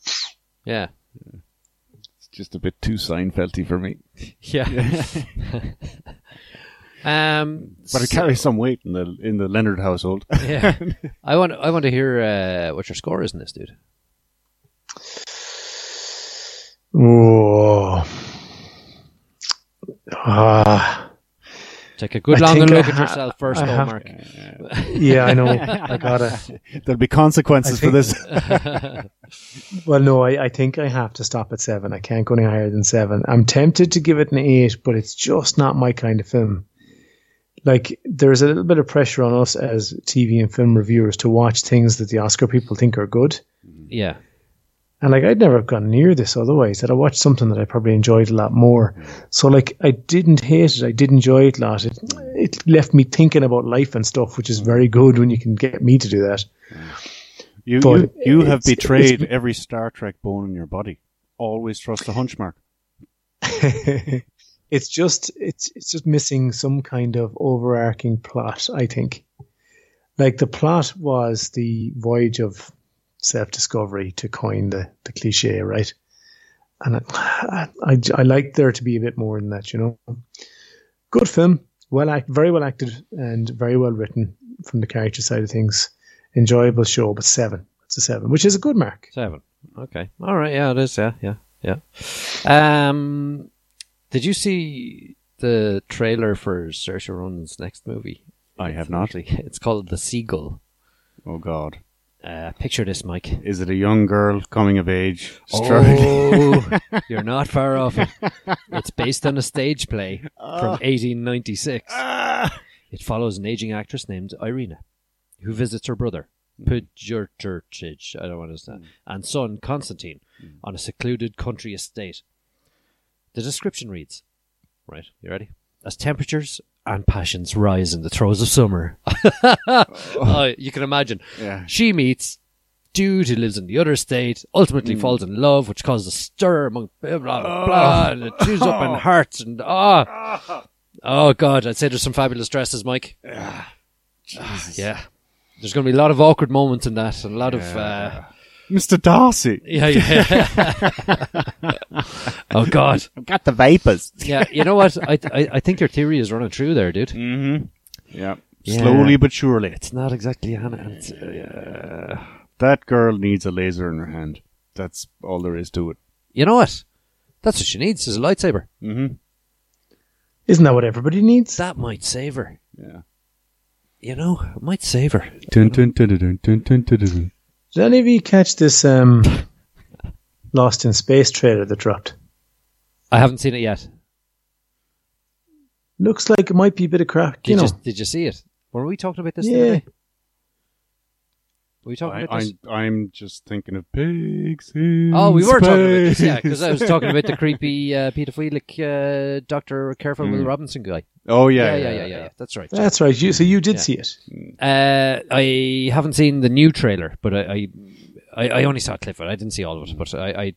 [SPEAKER 4] yeah,
[SPEAKER 3] It's just a bit too Seinfeldy for me.
[SPEAKER 4] yeah. um,
[SPEAKER 3] But it
[SPEAKER 4] so-
[SPEAKER 3] carries some weight in the in the Leonard household.
[SPEAKER 4] yeah. I want. I want to hear uh, what your score is in this, dude.
[SPEAKER 2] Whoa. Ah,
[SPEAKER 4] Take a good
[SPEAKER 2] I
[SPEAKER 4] long
[SPEAKER 2] think I
[SPEAKER 4] look at
[SPEAKER 2] ha-
[SPEAKER 4] yourself first,
[SPEAKER 2] I
[SPEAKER 4] though,
[SPEAKER 2] have-
[SPEAKER 4] Mark.
[SPEAKER 2] yeah, I know. I gotta.
[SPEAKER 3] There'll be consequences
[SPEAKER 2] I
[SPEAKER 3] for
[SPEAKER 2] think-
[SPEAKER 3] this.
[SPEAKER 2] Well, no, I, I think I have to stop at seven. I can't go any higher than seven. I'm tempted to give it an eight, but it's just not my kind of film. Like, there's a little bit of pressure on us as TV and film reviewers to watch things that the Oscar people think are good.
[SPEAKER 4] Yeah,
[SPEAKER 2] And, like, I'd never have gone near this otherwise, that I watched something that I probably enjoyed a lot more. So, like, I didn't hate it. I did enjoy it a lot. It, it left me thinking about life and stuff, which is very good when you can get me to do that.
[SPEAKER 3] You
[SPEAKER 2] But
[SPEAKER 3] you, you have
[SPEAKER 2] it's-
[SPEAKER 3] betrayed every Star Trek bone in your body. Always trust the hunchmark.
[SPEAKER 2] it's just it's it's just missing some kind of overarching plot. I think, like the plot was the voyage of self discovery, to coin the the cliche, right? And I, I I like there to be a bit more than that, you know. Good film, well act, very well acted, and very well written from the character side of things. Enjoyable show, but seven. It's a seven, which is a good mark.
[SPEAKER 4] seven. Okay. All right. Yeah, it is. Yeah, yeah, yeah. Um, did you see the trailer for Saoirse Ronan's next movie?
[SPEAKER 3] I have not.
[SPEAKER 4] It's called The Seagull.
[SPEAKER 3] Oh God,
[SPEAKER 4] Uh, picture this, Mike.
[SPEAKER 3] is it a young girl coming of age? Stra-
[SPEAKER 4] Oh, you're not far off. it. It's based on a stage play from 1896.
[SPEAKER 3] Ah!
[SPEAKER 4] It follows an aging actress named Irina, who visits her brother, Pjotr, I don't understand, and son, Constantine, on a secluded country estate. The description reads, right, you ready? As temperatures and passions rise in the throes of summer. Oh, you can imagine.
[SPEAKER 3] Yeah.
[SPEAKER 4] She meets dude who lives in the other state, ultimately falls in love, which causes a stir among blah, blah, blah, blah and it chews up in hearts and ah. Oh God, I'd say there's some fabulous dresses, Mike. Ah, Yeah. There's going to be a lot of awkward moments in that, and a lot of uh,
[SPEAKER 3] Mr. Darcy.
[SPEAKER 4] yeah, yeah. oh God,
[SPEAKER 3] I've got the vapors.
[SPEAKER 4] yeah. You know what? I, I I think your theory is running true there, dude.
[SPEAKER 3] Mm-hmm. Yeah.
[SPEAKER 4] Yeah.
[SPEAKER 3] Slowly but surely.
[SPEAKER 4] It's not exactly Hannah. It's, uh, yeah.
[SPEAKER 3] That girl needs a laser in her hand. That's all there is to it.
[SPEAKER 4] You know what? That's what she needs is a lightsaber.
[SPEAKER 3] Mm-hmm.
[SPEAKER 2] Isn't that what everybody needs?
[SPEAKER 4] That might save her.
[SPEAKER 3] Yeah.
[SPEAKER 4] You know, it might save her.
[SPEAKER 3] Dun, dun, dun, dun, dun, dun, dun, dun, dun.
[SPEAKER 2] Did any of you catch this um, Lost in Space trailer that dropped?
[SPEAKER 4] I haven't seen it yet.
[SPEAKER 2] Looks like it might be a bit of crack,
[SPEAKER 4] Did
[SPEAKER 2] you
[SPEAKER 4] you,
[SPEAKER 2] know.
[SPEAKER 4] did you see it? Were we talking about this the
[SPEAKER 2] yeah,
[SPEAKER 4] other day? Were we talking
[SPEAKER 3] I,
[SPEAKER 4] about this?
[SPEAKER 3] I'm, I'm just thinking of pigs. In
[SPEAKER 4] Oh, we were talking about this,
[SPEAKER 3] space.
[SPEAKER 4] yeah, because I was talking about the creepy uh, pedophilic uh, Dr. Careful Will Robinson guy.
[SPEAKER 3] Oh, yeah.
[SPEAKER 4] Yeah, yeah, yeah, yeah, yeah. That's right.
[SPEAKER 2] that's right. You, so you did see it.
[SPEAKER 4] Uh, I haven't seen the new trailer, but I, I, I, I only saw a clip of it. I didn't see all of it, but I, I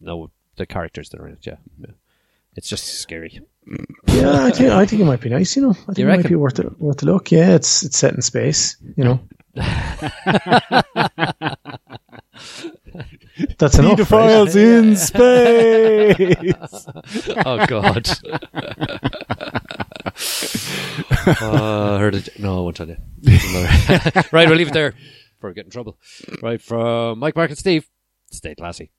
[SPEAKER 4] know the characters that are in it, yeah. yeah. It's just scary.
[SPEAKER 2] Yeah, I think I think it might be nice. You know, I think
[SPEAKER 4] You
[SPEAKER 2] it might
[SPEAKER 4] reckon?
[SPEAKER 2] be worth it, worth a look. Yeah, it's it's set in space. You know. that's enough. Right?
[SPEAKER 3] Pedophiles in space.
[SPEAKER 4] oh, God. uh, heard it. No, I won't tell you. Doesn't matter. right, we'll leave it there. Before we get in trouble. Right, from Mike, Mark, and Steve. Stay classy.